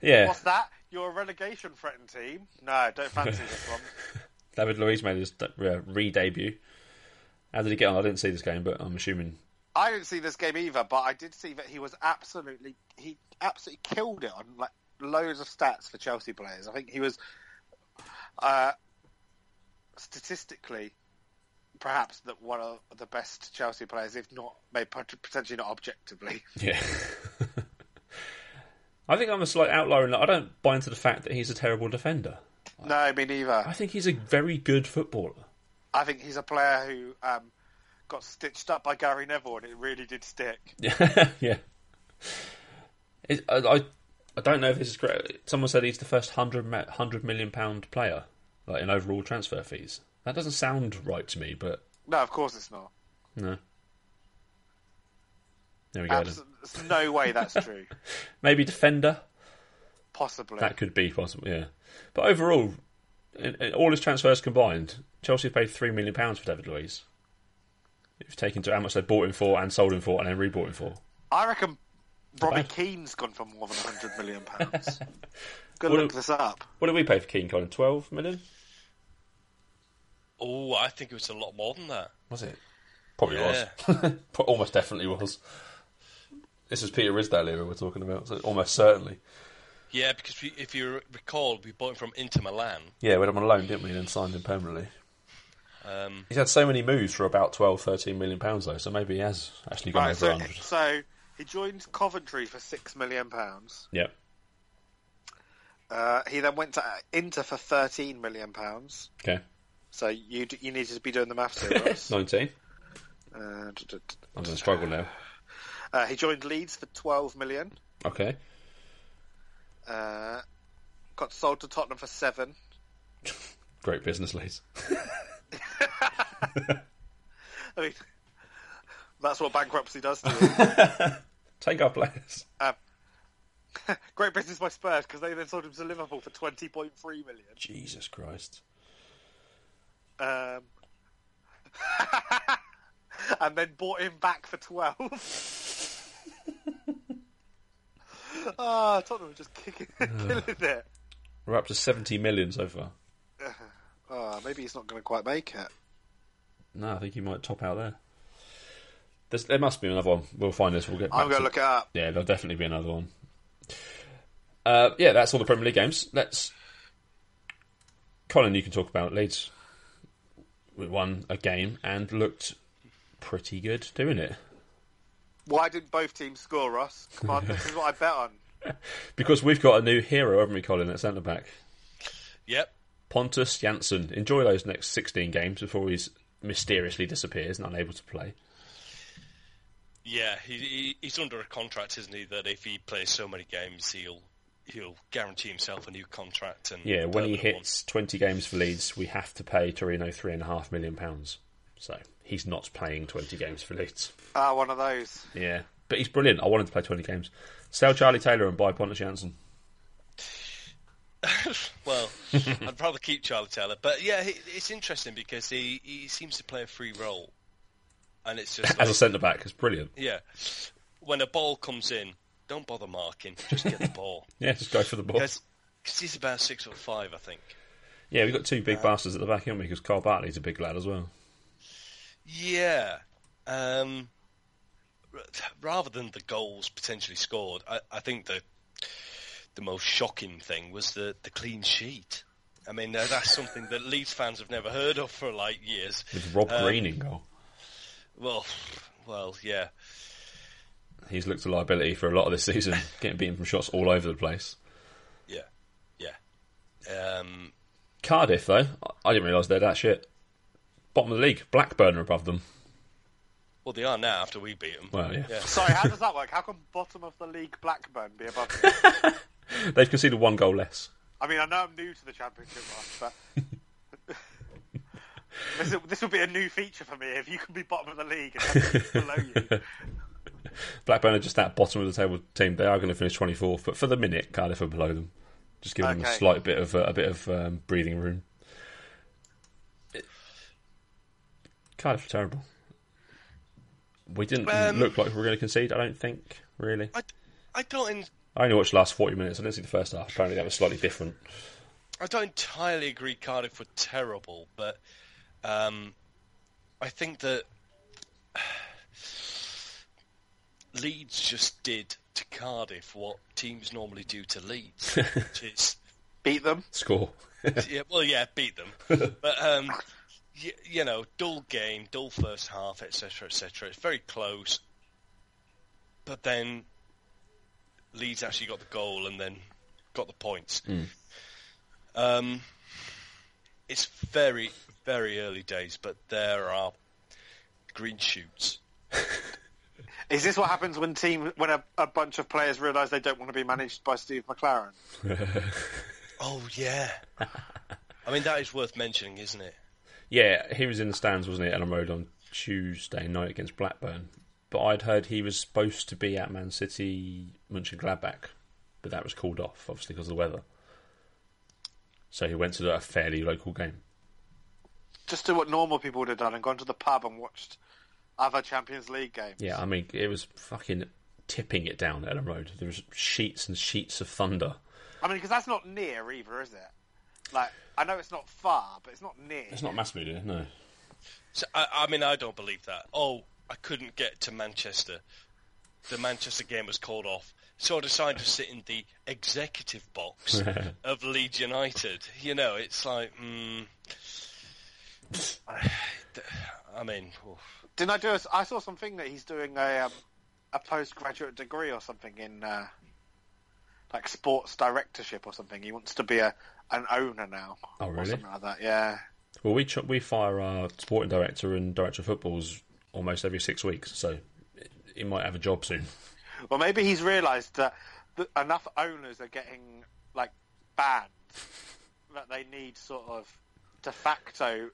S1: Yeah,
S2: What's that? You're a relegation threatened team? No, don't fancy this one.
S1: David Luiz made his de- uh, re-debut. How did he get on? I didn't see this game, but I'm assuming.
S2: I didn't see this game either, but I did see that he was absolutely he absolutely killed it on like loads of stats for Chelsea players. I think he was uh, statistically perhaps the, one of the best Chelsea players, if not maybe pot- potentially not objectively. <laughs>
S1: Yeah. <laughs> I think I'm a slight outlier in that I don't buy into the fact that he's a terrible defender.
S2: No, me neither.
S1: I think he's a very good footballer. <laughs>
S2: I think he's a player who um, got stitched up by Gary Neville, and it really did stick.
S1: yeah. It, I, I I don't know if this is correct. Someone said he's the first hundred ma- hundred million pound player, like in overall transfer fees. That doesn't sound right to me, but
S2: No, of course it's not.
S1: no. There we go.
S2: Abs-
S1: Then.
S2: there's no way that's true.
S1: Maybe defender.
S2: Possibly.
S1: That could be possible. Yeah, but overall, in, in all his transfers combined, Chelsea paid three million pounds for David Luiz. If you take into how much they bought him for and sold him for and then rebought him for,
S2: I reckon Robbie
S1: bad.
S2: Keane's gone for more than hundred million pounds. Go
S1: Well,
S2: look this up.
S1: what did we pay for Keane? Colin, twelve million.
S3: Oh, I think it was a lot more than that.
S1: Was it? Probably
S3: Yeah.
S1: was. <laughs> Pro- almost definitely was. This is Peter Risdale here we're talking about, so almost certainly.
S3: Yeah, because we, if you recall, we bought him from Inter Milan.
S1: Yeah, we had him on loan, didn't we, and then signed him permanently.
S3: Um,
S1: He's had so many moves for about 12, 13 million pounds, though, so maybe he has actually gone
S2: Right,
S1: over
S2: so,
S1: 100.
S2: so he joined Coventry for six million pounds.
S1: Yep.
S2: Uh, he then went to Inter for thirteen million pounds.
S1: Okay.
S2: So you d- you needed to be doing the maths here, Ross.
S1: 19.
S2: uh, d- d- d-
S1: I'm going to struggle now.
S2: uh, he joined Leeds for twelve million.
S1: Okay.
S2: Uh, got sold to Tottenham for seven.
S1: Great business, Leeds. <laughs>
S2: I mean, <laughs> that's what bankruptcy does to you. Uh,
S1: Take our players.
S2: <laughs> Great business by Spurs because they then sold him to Liverpool for twenty point three million.
S1: Jesus Christ.
S2: Um, <laughs> and then bought him back for 12. <laughs> Ah, Tottenham were just kicking, <laughs> killing it. <sighs>
S1: We're up to 70 million so far.
S2: Ah, maybe he's not going to quite make it.
S1: No, I think you might top out there. There's, there must be another one. We'll find this. We'll get back
S2: I'm
S1: to
S2: going to look it up.
S1: Yeah, there'll definitely be another one. Uh, yeah, that's all the Premier League games. Let's. Colin, you can talk about Leeds. We won a game and looked pretty good doing it
S2: Why didn't both teams score, Ross? Come on, this is what I bet on.
S1: because we've got a new hero, haven't we, Colin, at centre back?
S3: yep.
S1: Pontus Janssen. Enjoy those next 16 games before he's mysteriously disappears and unable to play.
S3: Yeah, he, he, he's under a contract, isn't he? That if he plays so many games, he'll he'll guarantee himself a new contract. And
S1: Yeah, when he
S3: permanent one.
S1: hits 20 games for Leeds, we have to pay Torino three and a half million pounds. So he's not playing 20 games for Leeds.
S2: Ah, one of those.
S1: Yeah, but he's brilliant. I want him to play 20 games. Sell Charlie Taylor and buy Pontus Janssen.
S3: well,
S1: <laughs>
S3: I'd rather keep Charlie Taylor, but yeah, he, it's interesting because he, he seems to play a free role, and
S1: <laughs>
S3: it's just
S1: As a
S3: like-
S1: centre back, it's brilliant.
S3: yeah, when a ball comes in, don't bother marking, just get the
S1: <laughs>
S3: ball
S1: Yeah, just go for the ball.
S3: because he's about six foot five, I think.
S1: Yeah, we've got two big bastards at the back, haven't we? Because Carl Bartley's a big lad as well.
S3: Yeah. Um, r- rather than the goals potentially scored, I, I think the the most shocking thing was the, the clean sheet. I mean, uh, that's something that Leeds fans have never heard of for like years.
S1: With Rob
S3: Um,
S1: Green in goal.
S3: Well, well, yeah.
S1: He's looked a liability for a lot of this season, <laughs> getting beaten from shots all over the place.
S3: Yeah, yeah. Um,
S1: Cardiff, though, I- I didn't realise they're that shit. Bottom of the league, Blackburn are above them.
S3: well, they are now after we beat them.
S1: Well, yeah.
S3: yeah.
S2: Sorry, how does that work? How come bottom of the league Blackburn be above? us?
S1: They've conceded one goal less.
S2: I mean, I know I'm new to the championship, Mark, but this, is- this would be a new feature for me if you can be bottom of the league and have teams below you.
S1: Blackburn are just that bottom of the table team. They are going to finish 24th, but for the minute, Cardiff are below them. Just give them a
S2: Okay.
S1: slight bit of uh, a bit of um, breathing room. Cardiff are terrible. We didn't
S3: Um,
S1: look like we were going to concede. I don't think really.
S3: I, I don't, en-
S1: I only watched the last 40 minutes. I didn't see the first half. Apparently, that was slightly different.
S3: I don't entirely agree. Cardiff were terrible, but um, I think that <sighs> Leeds just did to Cardiff what teams normally do to Leeds, which is
S2: Beat them.
S1: Score.
S3: yeah, well, yeah, beat them. But um, you, you know, dull game, dull first half, etc., etc. It's very close, but then Leeds actually got the goal and then got the points. Um, it's very, very early days, but there are green shoots.
S2: Is this what happens when team when a, a bunch of players realise they don't want to be managed by Steve McLaren?
S3: Oh yeah, I mean that is worth mentioning, isn't it?
S1: Yeah, he was in the stands, wasn't he, at Ellen Road on Tuesday night against Blackburn. But I'd heard he was supposed to be at Man City, Munchen Gladbach, but that was called off, obviously, because of the weather. So he went to a fairly local game.
S2: Just do what normal people would have done and gone to the pub and watched other Champions League games.
S1: Yeah, I mean, it was fucking tipping it down at Ellen Road. There was sheets and sheets of thunder.
S2: I mean, because that's not near either, is it? Like, I know it's not far, but it's not near.
S1: It's not mass media, no.
S3: So, I, I mean, I don't believe that. Oh, I couldn't get to Manchester. The Manchester game was called off. So I decided to sit in the executive box of Leeds United. You know, it's like, mm, <sighs> I mean, oof.
S2: Didn't I do? A, I saw something that he's doing a um, a postgraduate degree or something in uh, like sports directorship or something. He wants to be a an owner now.
S1: Oh,
S2: Or
S1: really?
S2: something like that. Yeah.
S1: Well, we ch- we fire our sporting director and director of footballs almost every six weeks, so he might have a job soon.
S2: Well, maybe he's realised that, that enough owners are getting like banned that they need sort of de facto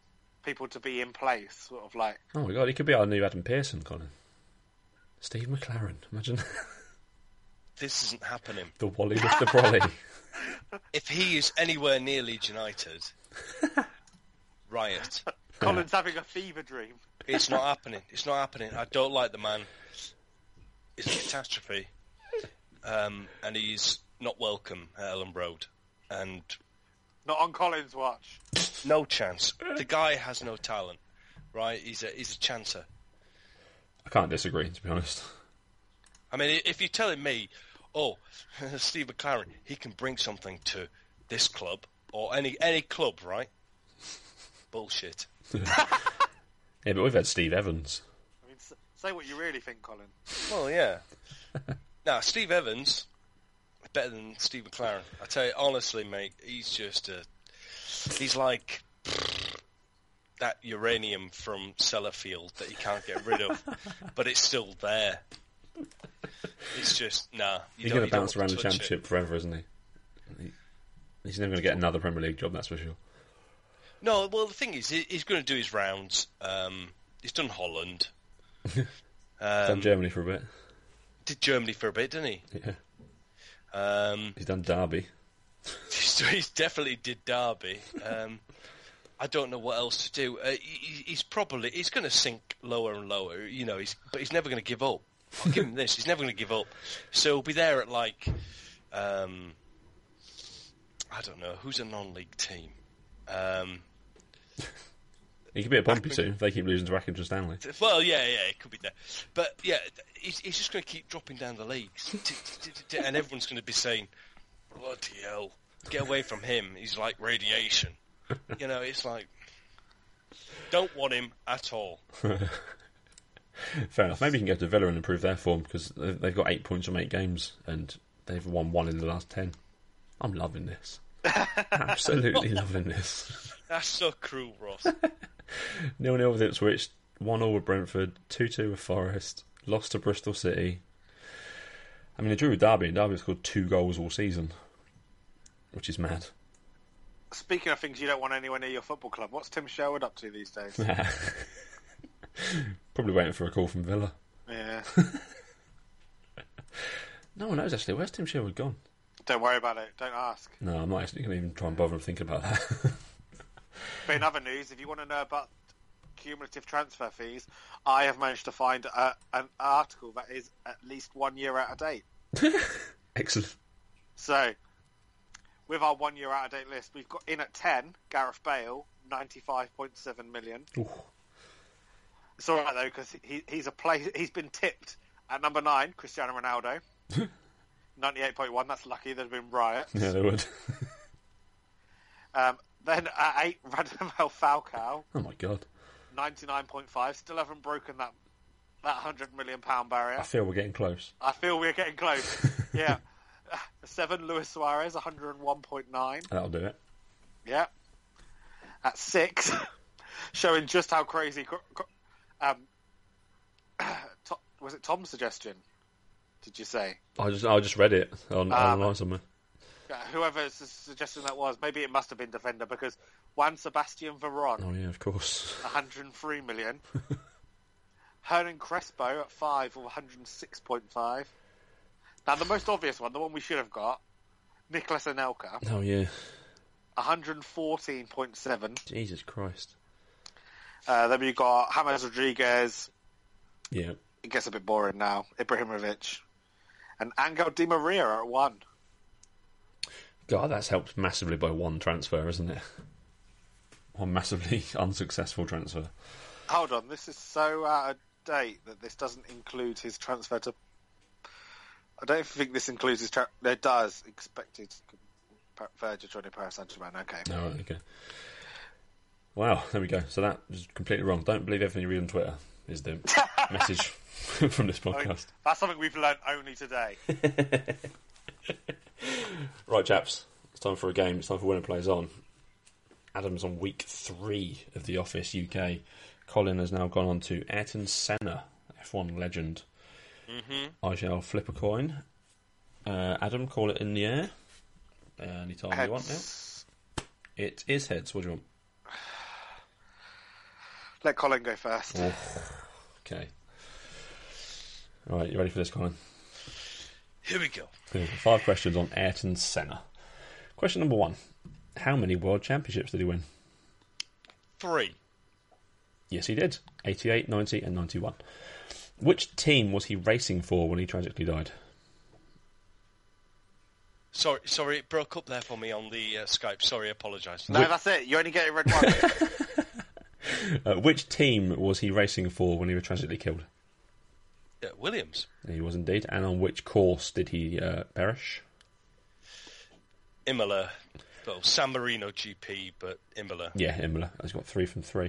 S2: people to be in place, sort of like
S1: Oh my god, he could be our new Adam Pearson, Colin. Steve McLaren, imagine <laughs>
S3: this isn't happening.
S1: the Wally with the <laughs> brolly.
S3: If he is anywhere near Leeds United, riot.
S2: Colin's having a fever dream.
S3: It's not happening. It's not happening. I don't like the man. It's a catastrophe. Um, and he's not welcome at Ellen Road. And
S2: Not on Colin's watch.
S3: no chance. The guy has no talent, right? He's a, he's a chancer.
S1: I can't disagree, to be honest.
S3: I mean, i- if you're telling me, oh, <laughs> Steve McLaren, he can bring something to this club or any any club, right? Bullshit.
S1: Yeah, but we've had Steve Evans.
S2: I mean, s- say what you really think, Colin.
S3: Well, yeah. <laughs> now, Steve Evans, better than Steve McLaren. I tell you, honestly, mate, he's just a. He's like <laughs> that uranium from Sellafield that you can't get rid
S1: <laughs>
S3: of, but it's still there. It's just, nah. You
S1: He's
S3: don't-
S1: going to
S3: you don't
S1: bounce
S3: want
S1: around
S3: to
S1: the
S3: touch it.
S1: championship forever, isn't he? He- He's never going to get another Premier League job, that's for sure.
S3: No, well, the thing is, he- he's going to do his rounds. Um, he's done Holland,
S1: He's done Germany for a bit.
S3: did Germany for a bit, didn't he?
S1: Yeah,
S3: Um,
S1: he's done Derby.
S3: <laughs> so he's definitely did Derby. Um, I don't know what else to do. Uh, he, he's probably he's going to sink lower and lower, you know. He's but he's never going to give up. I'll give him this. He's never going to give up. So he'll be there at like, um, I don't know who's a non-league team. Um,
S1: He could be a bumpy too if they keep losing to Rackham and <laughs> Stanley.
S3: <laughs> well, yeah, yeah, it could be there, but yeah, he's, he's just going to keep dropping down the leagues, <laughs> and everyone's going to be saying, "Bloody hell, get away from him! He's like radiation." You know, it's like, don't want him at all.
S1: Fair enough. Maybe you can go to Villa and improve their form because they've they've got eight points from eight games and they've won one in the last ten. I'm loving <laughs> this. Absolutely loving this.
S3: That's so cruel, Ross.
S1: Nil nil with Ipswich, one all with Brentford, two two with Forest, lost to Bristol City. I mean, they drew with Derby, and Derby scored two goals all season, which is mad. <laughs>
S2: Speaking of things you don't want anywhere near your football club, what's Tim Sherwood up to these days?
S1: Probably waiting for a call from Villa.
S2: yeah.
S1: No one knows actually. Where's Tim Sherwood gone?
S2: Don't worry about it. Don't ask.
S1: No, I'm not actually going to even try and bother thinking about that. <laughs>
S2: But in other news, if you want to know about cumulative transfer fees, I have managed to find a, an article that is at least one year out of date.
S1: Excellent.
S2: So, with our one year out of date list, we've got in at 10, Gareth Bale, 95.7 million.
S1: Ooh.
S2: It's all right, though, because he, he's, a play, he's been tipped at number 9, Cristiano Ronaldo. 98.1, that's lucky, there's been riots.
S1: Yeah, they would.
S2: Um, then at 8, <laughs> Radamel Falcao,
S1: <laughs> Oh my god.
S2: 99.5. Still haven't broken that that 100 million pound barrier.
S1: I feel we're getting close.
S2: I feel we're getting close. yeah. Seven, Luis Suarez, 101.9.
S1: That'll do it.
S2: Yeah. At six, <laughs> showing just how crazy. cr- cr- Um, <clears throat> To- was it Tom's suggestion? Did you say?
S1: I just I just read it on online somewhere.
S2: Yeah, Whoever's suggestion that was, maybe it must have been defender because Juan Sebastian Veron,
S1: Oh yeah, of course.
S2: 103 million. <laughs> Hernan Crespo at five or 106.5. Now the most obvious one, the one we should have got, Nicholas Anelka,
S1: Oh yeah.
S2: 114.7.
S1: Jesus Christ.
S2: Uh, then we got James Rodriguez.
S1: Yeah.
S2: It gets a bit boring now. Ibrahimovic and Angel Di Maria at one.
S1: God, that's helped massively by one transfer, isn't it? <laughs> One massively <laughs> unsuccessful transfer.
S2: Hold on, this is so out of date that this doesn't include his transfer to. I don't think this includes his. Tra- it does expected Virgil joining Paris Saint Germain. Okay.
S1: Oh, okay. Wow, there we go. So that is completely wrong. Don't believe everything you read on Twitter is the message <laughs> from this
S2: I mean,
S1: podcast.
S2: Oh, that's something we've learned only today.
S1: Right, chaps, it's time for a game. It's time for Winner Plays On. Adam's on week three of The Office UK. Colin has now gone on to Ayrton Senna, F1 legend. Mm-hmm. I shall flip a coin. Uh, Adam, call it in the air. Uh, Anytime you want now.
S2: Heads.
S1: It is heads. What do you want?
S2: Let Colin go first.
S1: Okay. All right, you ready for this, Colin?
S3: Here we go.
S1: Here we go. Five questions on Ayrton Senna. Question number one How many world championships did he win?
S3: Three.
S1: Yes, he did. 88, 90, and 91. Which team was he racing for when he tragically died?
S3: Sorry, sorry, it broke up there for me on the uh, Skype. Sorry, apologise.
S2: No, that's it. You only get a red one. <laughs>
S1: Uh, which team was he racing for when he was tragically killed?
S3: Uh, Williams.
S1: He was indeed. And on which course did he uh, perish?
S3: Imola. Well, San Marino GP, but Imola.
S1: Yeah, Imola. He's got three from three.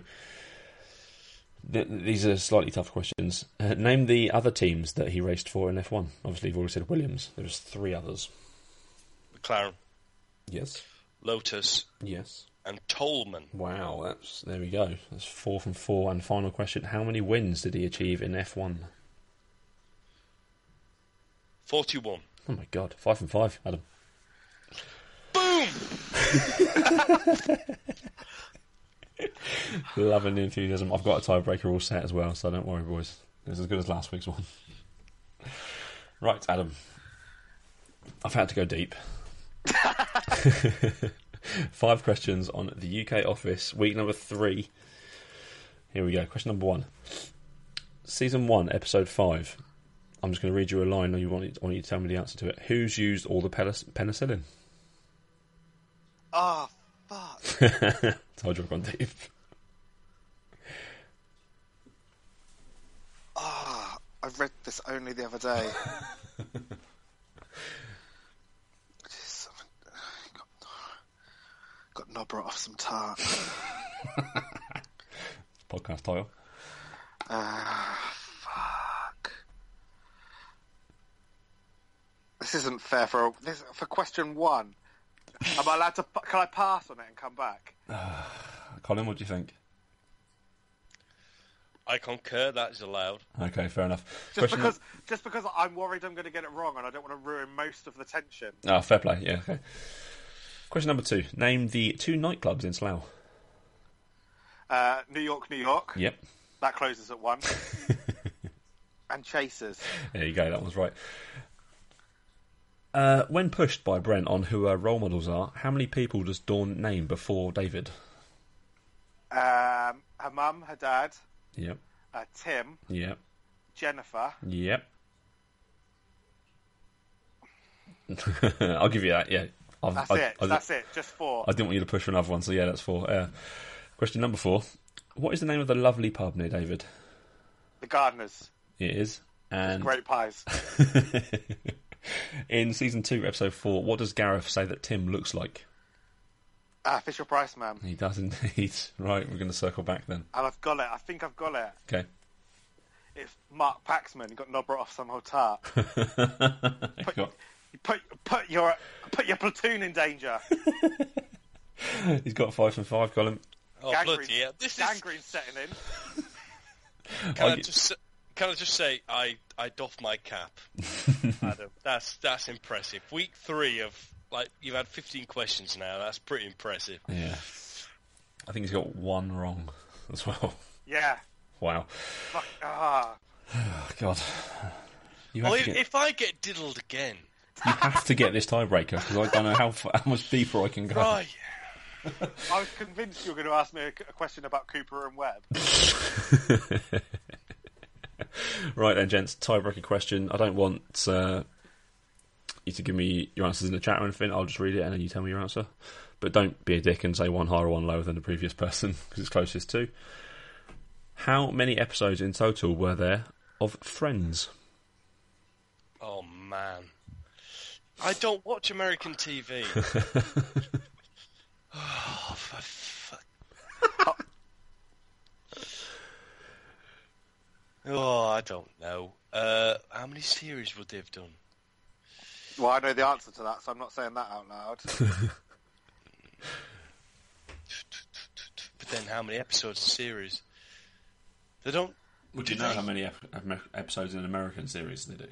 S1: Th- these are slightly tough questions. Uh, name the other teams that he raced for in F1. Obviously, you've already said Williams. There was three others.
S3: McLaren,
S1: Yes.
S3: Lotus,
S1: Yes.
S3: and Tolman.
S1: Wow, that's there we go. That's four from four. And final question: How many wins did he achieve in F one?
S3: 41.
S1: Oh my god, five from five, Adam.
S3: Boom!
S1: <laughs> Loving the enthusiasm. I've got a tiebreaker all set as well, so don't worry, boys. It's as good as last week's one. Right, Adam. I've had to go deep. <laughs> Five questions on the UK office, week number three. Here we go. Question number one. Season one, episode five. I'm just going to read you a line, and you want I want you to tell me the answer to it. Who's used all the penic- penicillin?
S2: Ah, fuck.
S1: Told you I've gone deep. <laughs>
S2: Ah, I read this only the other day. Jeez, <sighs> I've got, got Nobber off some tart.
S1: Podcast title.
S2: Fuck. This isn't fair for this for question one. Am I allowed to? pa- Can I pass on it and come back?
S1: Colin, what do you think?
S3: I concur. That is allowed.
S1: Okay, fair enough.
S2: Just
S1: Question-
S2: because, just because I'm worried I'm going to get it wrong, and I don't want to ruin most of the tension.
S1: Ah, fair play. Yeah. Okay. Question number two. Name the two nightclubs in Slough.
S2: Uh, New York, New York.
S1: Yep.
S2: That closes
S1: <laughs>
S2: at one. and Chasers.
S1: There you go. That one's right. Uh, when pushed by Brent on who her role models are, how many people does Dawn name before David?
S2: Um, her mum, her dad,
S1: Yep.
S2: uh, Tim,
S1: Yep.
S2: Jennifer.
S1: Yep. <laughs> I'll give you that. Yeah. I've,
S2: That's
S1: I-
S2: it.
S1: I-
S2: that's it. Just four.
S1: I didn't want you to push for another one, so yeah, that's four. Uh, question number four. What is the name of the lovely pub near David?
S2: the gardeners.
S1: It is. And
S2: Great pies.
S1: in season two, episode four, what does Gareth say that Tim looks like?
S2: Ah, Fisher Price,
S1: <laughs>
S2: man.
S1: He does indeed. Right, we're going to circle back then.
S2: And I've got it. I think I've got it.
S1: Okay.
S2: It's Mark Paxman. He got nobber off some old tart.
S1: Got-
S2: You put put your put your platoon in <laughs> danger.
S1: He's got five from five, Colin.
S3: Oh
S2: Gangrene.
S3: bloody yeah! This is.
S2: Gangrene's setting in.
S3: Can
S1: I
S3: I
S1: get-
S3: just can I just say I I doff my cap, Adam. That's that's impressive. Week three of like you've had 15 questions now. That's pretty impressive.
S1: Yeah. I think he's got one wrong as well. <laughs>
S2: Yeah.
S1: Wow.
S2: Fuck. Ah.
S1: Oh, God. You
S3: Oh,
S1: have,
S3: if,
S1: to get,
S3: if I get diddled again,
S1: you have to get this tiebreaker because I don't know how, fa- how much deeper I can go.
S3: right?
S2: I was convinced you were going to ask me a, a question about Cooper and Webb.
S1: Right then, gents, tiebreaker question. I don't want uh, you to give me your answers in the chat or anything. I'll just read it and then you tell me your answer. But don't be a dick and say one higher or one lower than the previous person <laughs> because it's closest to. How many episodes in total were there of Friends?
S3: Oh man, I don't watch American TV. oh, for fuck. oh, I don't know. Uh, how many series would they have done?
S2: Well, I know the answer to that, so I'm not saying that out loud.
S3: But then, how many episodes a series? They don't.
S1: Would you know how many episodes in an American series they do?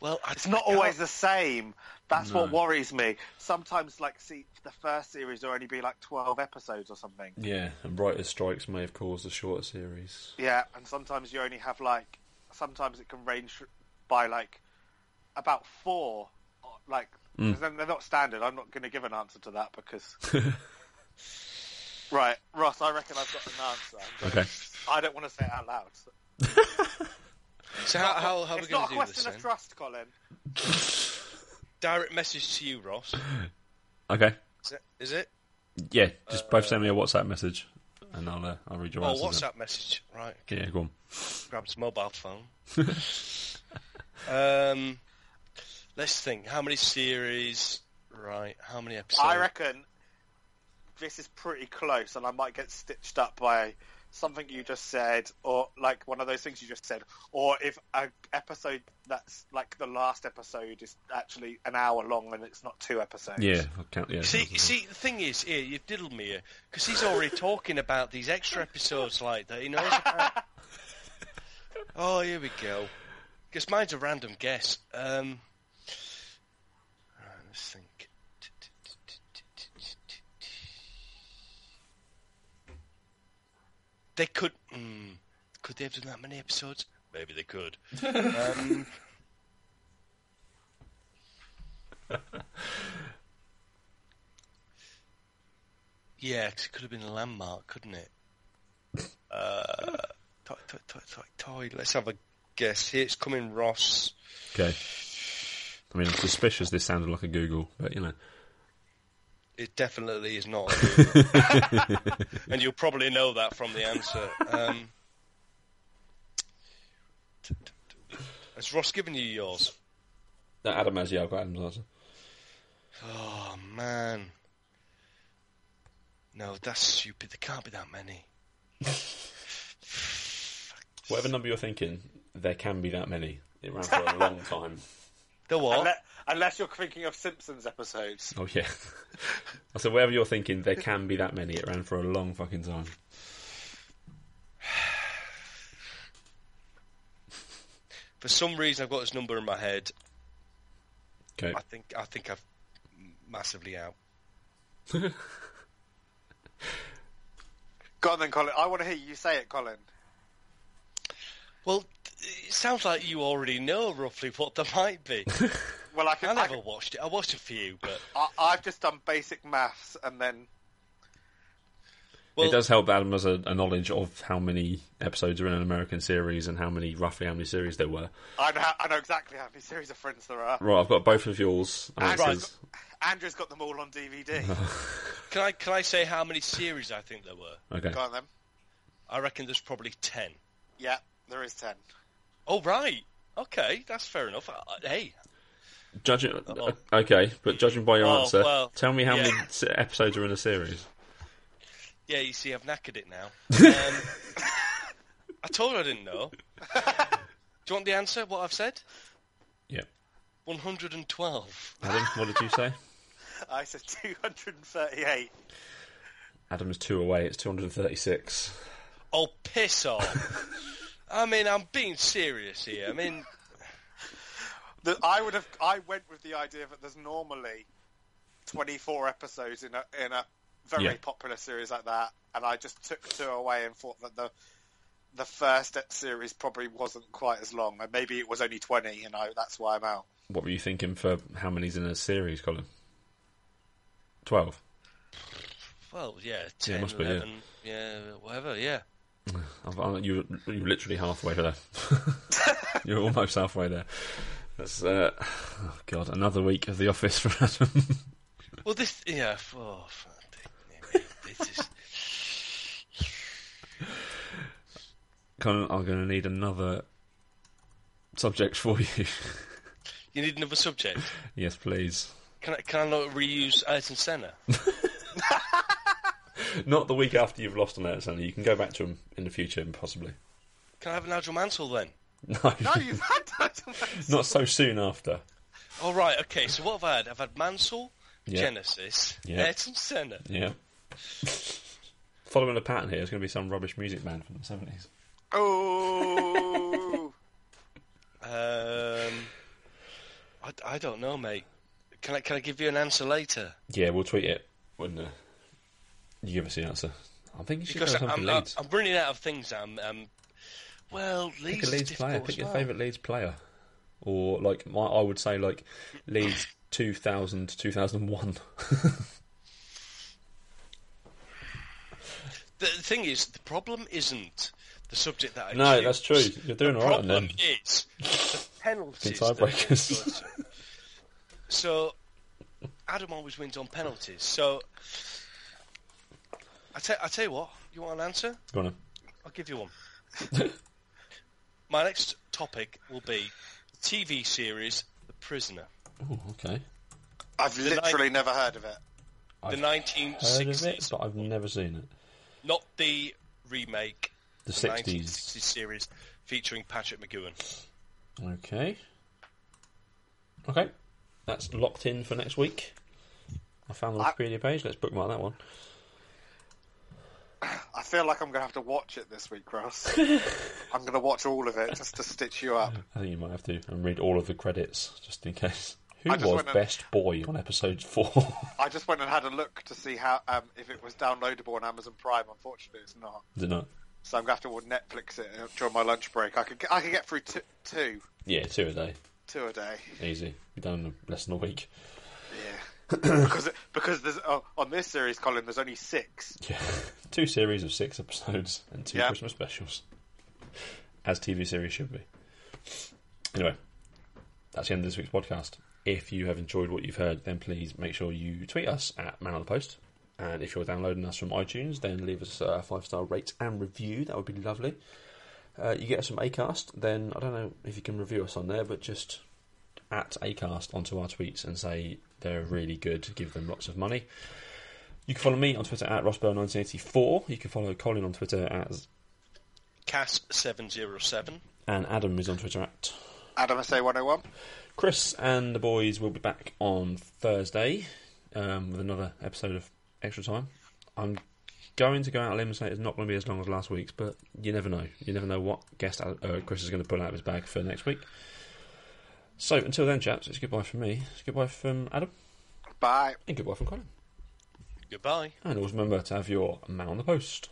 S3: Well,
S2: <laughs>
S3: I,
S2: It's not always the same. That's what
S1: No.
S2: worries me. Sometimes, like, see, the first series will only be like 12 episodes or something.
S1: Yeah, and writers' strikes may have caused a shorter series.
S2: Yeah, and sometimes you only have like, sometimes it can range by like about four. or, Like, 'cause then they're not standard. I'm not going to give an answer to that because. right, Ross, I reckon I've got an answer. I'm gonna-
S1: Okay.
S2: I don't want to say it out loud.
S3: So how, how, how are we
S2: it's
S3: going
S2: not
S3: to
S2: a
S3: do this
S2: question
S3: then?
S2: of trust, Colin.
S3: Direct message to you, Ross.
S1: Okay.
S3: Is it? Is it?
S1: Yeah, just both send me a WhatsApp message and I'll uh, I'll read your
S3: Oh,
S1: answers. then.
S3: WhatsApp message. Right,
S1: Yeah, go on.
S3: grabs mobile phone. um, let's think. How many series? Right. How many episodes?
S2: I reckon this is pretty close, and I might get stitched up by something you just said, or like one of those things you just said, or if a episode that's like the last episode is actually an hour long and it's not two episodes.
S1: Yeah, I can't. Yeah,
S3: See,
S1: that's-
S3: see, the thing is, here you've diddled me here because he's already talking about these extra episodes like that. He knows. About... oh, here we go. Because mine's a random guess. Um, alright, let's think. They could. Mm, could they have done that many episodes? Maybe they could. Um, Yeah, 'cause it could have been a landmark, couldn't it? Uh, toy, toy, toy, toy, toy. Let's have a guess. Here it's coming, Ross.
S1: Okay. I mean, I'm suspicious this sounded like a Google, but you know.
S3: It definitely is not. and you'll probably know that from the answer. Um, has Ross given you yours?
S1: No, Adam has, yeah, I've got Adam's answer.
S3: Oh, man. No, that's stupid. There can't be that many.
S1: Whatever number you're thinking, there can be that many. It ran for
S3: <laughs>
S1: a long time.
S3: There what?
S2: Unless, unless you're thinking of Simpsons episodes.
S1: Oh, yeah. <laughs> I said, whatever you're thinking, there can be that many. It ran for a long fucking time.
S3: For some reason, I've got this number in my head.
S1: Okay.
S3: I think I think I've massively out.
S2: Go on then, Colin. I want to hear you say it, Colin.
S3: Well, it sounds like you already know roughly what there might
S1: <laughs>
S3: be.
S2: Well, I
S3: I
S2: can. I
S3: never watched it. I watched a few, but
S2: I, have just done basic maths, and then
S3: well,
S1: it does help that Adam has a, a knowledge of how many episodes are in an American series and how many, roughly how many series there were.
S2: I know, I know exactly how many series of Friends there are.
S1: Right, I've got both of yours.
S2: Andrew's,
S1: Answers.
S2: Andrew's got them all on
S1: <laughs>
S2: DVD.
S3: Can I can I say how many series I think there were?
S1: Okay.
S2: Go on then.
S3: I reckon there's probably ten.
S2: Yeah, there is ten.
S3: Oh right, okay, that's fair enough. I, I- hey,
S1: Judging, uh, okay, but judging by your
S3: Oh,
S1: answer,
S3: well,
S1: tell me how
S3: yeah.
S1: many se- episodes are in a series.
S3: yeah, you see, I've knackered it now.
S1: <laughs>
S3: Um, I told you I didn't know. Do you want the answer? What I've said?
S1: Yeah.
S3: One hundred and twelve.
S1: Adam, what did you say?
S2: I said 238.
S1: <laughs> Adam is two away. It's 236.
S3: Oh piss off! I mean, I'm being serious here. I mean,
S2: The, I would have. I went with the idea that there's normally 24 episodes in a in a very
S1: Yeah.
S2: popular series like that, and I just took two away and thought that the the first series probably wasn't quite as long, and maybe it was only 20, and I, that's why I'm out.
S1: What were you thinking for how many's in a series, Colin? 12.
S3: well, yeah, ten,
S1: must be, yeah.
S3: 11, yeah. whatever, yeah.
S1: I've, I, you, you're literally halfway there. <laughs> you're almost halfway there. That's, uh, oh God, another week of The Office for Adam. <laughs>
S3: Well, this, yeah, f- oh, fuck, this
S1: <laughs>
S3: is.
S1: Colin, I'm going to need another subject for you. <laughs>
S3: You need another subject.
S1: yes, please.
S3: Can I, can I not reuse Ayrton Senna?
S1: Not the week after you've lost on that, Sandy. You can go back to him in the future, possibly. <laughs>
S3: Can I have an Nigel Mansell then?
S1: No,
S2: No, Oh, you've had Nigel <laughs> Mansell.
S1: not so soon after.
S3: All Oh, right, okay. So what have I had? I've had Mansell,
S1: Yeah.
S3: Genesis,
S1: Yeah.
S3: Ayrton Senna.
S1: Yeah. <laughs> Following a pattern here, it's going to be some rubbish music band from the 70s.
S2: Oh,
S3: Um, I, I don't know, mate. Can I can I give you an answer later?
S1: Yeah, we'll tweet it when uh, you give us the answer. I think you should
S3: Because
S1: go something
S3: I'm, I'm,
S1: Leeds.
S3: I'm running out of things. I'm, um, well,
S1: Pick a
S3: Leeds, is
S1: Leeds player.
S3: difficult
S1: Pick
S3: as
S1: your
S3: well.
S1: favourite Leeds player. Or, like, my, I would say, like,
S3: <laughs>
S1: Leeds 2000 to 2001.
S3: The the thing is, the problem isn't the subject that I
S1: no, <laughs>
S3: choose.
S1: that's true. You're doing all right on
S3: problem
S1: them.
S3: is the penalties.
S1: Fucking tiebreakers.
S3: that they go to. so Adam always wins on penalties. So I tell I tell you what, you want an answer?
S1: Go on. then.
S3: I'll give you one.
S1: <laughs>
S3: My next topic will be TV series The Prisoner,
S1: Oh, okay.
S2: I've literally never heard of it.
S3: the
S1: I've
S3: nineteen
S1: Heard of it,
S3: sixties,
S1: but I've never seen it.
S3: not the remake.
S1: The
S3: The nineteen
S1: 60s.
S3: sixties series featuring Patrick McGowan.
S1: Okay. Okay. That's locked in for next week. I found the
S2: I-
S1: Wikipedia page. Let's bookmark that one.
S2: I feel like I'm going to have to watch it this week, Ross. I'm going to watch all of it just to stitch you up.
S1: I think you might have to and read all of the credits just in case. Who
S2: I just
S1: was
S2: wanna-
S1: best boy on episode four? <laughs>
S2: I just went and had a look to see how um, if it was downloadable on Amazon Prime. Unfortunately, it's not.
S1: Is it not?
S2: So I'm going to have to Netflix it uh, during my lunch break. I could get, I could get through t- two
S1: Yeah, two a day,
S2: two a day.
S1: easy. Be done in less than a week.
S2: Yeah. because it- because there's oh, on this series, Colin, there's only six.
S1: Yeah. Two series of six episodes and two
S2: Yeah.
S1: Christmas specials. As TV series should be. Anyway, that's the end of this week's podcast. If you have enjoyed what you've heard, then please make sure you tweet us at Man on the Post. And if you're downloading us from iTunes, then leave us a five star rate and review. That would be lovely. Uh, you get us from Acast, then I don't know if you can review us on there, but just at Acast onto our tweets and say they're really good. Give them lots of money. You can follow me on Twitter at Rossbell1984. You can follow Colin on Twitter at,
S3: Casp707.
S1: and Adam is on Twitter at
S2: Adam SA 101.
S1: Chris. And the boys will be back on Thursday um, with another episode of Extra Time. I'm going to go out on a limb and say it's not going to be as long as last week's, but you never know. You never know what guest uh, Chris is going to pull out of his bag for next week. So until then, chaps, it's goodbye from me. It's goodbye from Adam
S2: Bye.
S1: and goodbye from Colin.
S3: Goodbye.
S1: And always remember to have your man on the post.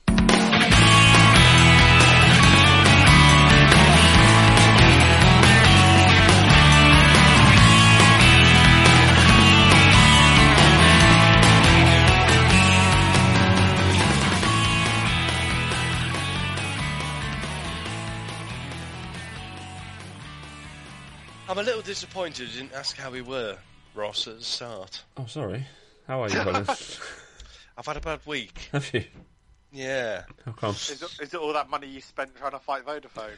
S3: I'm a little disappointed you didn't ask how we were, Ross, at the start.
S1: Oh, sorry. How <laughs> are you, Colin?
S3: I've had a bad week.
S1: have you?
S3: Yeah.
S1: How come?
S2: Is it, is it all that money you spent trying to fight
S3: <laughs>
S2: Vodafone?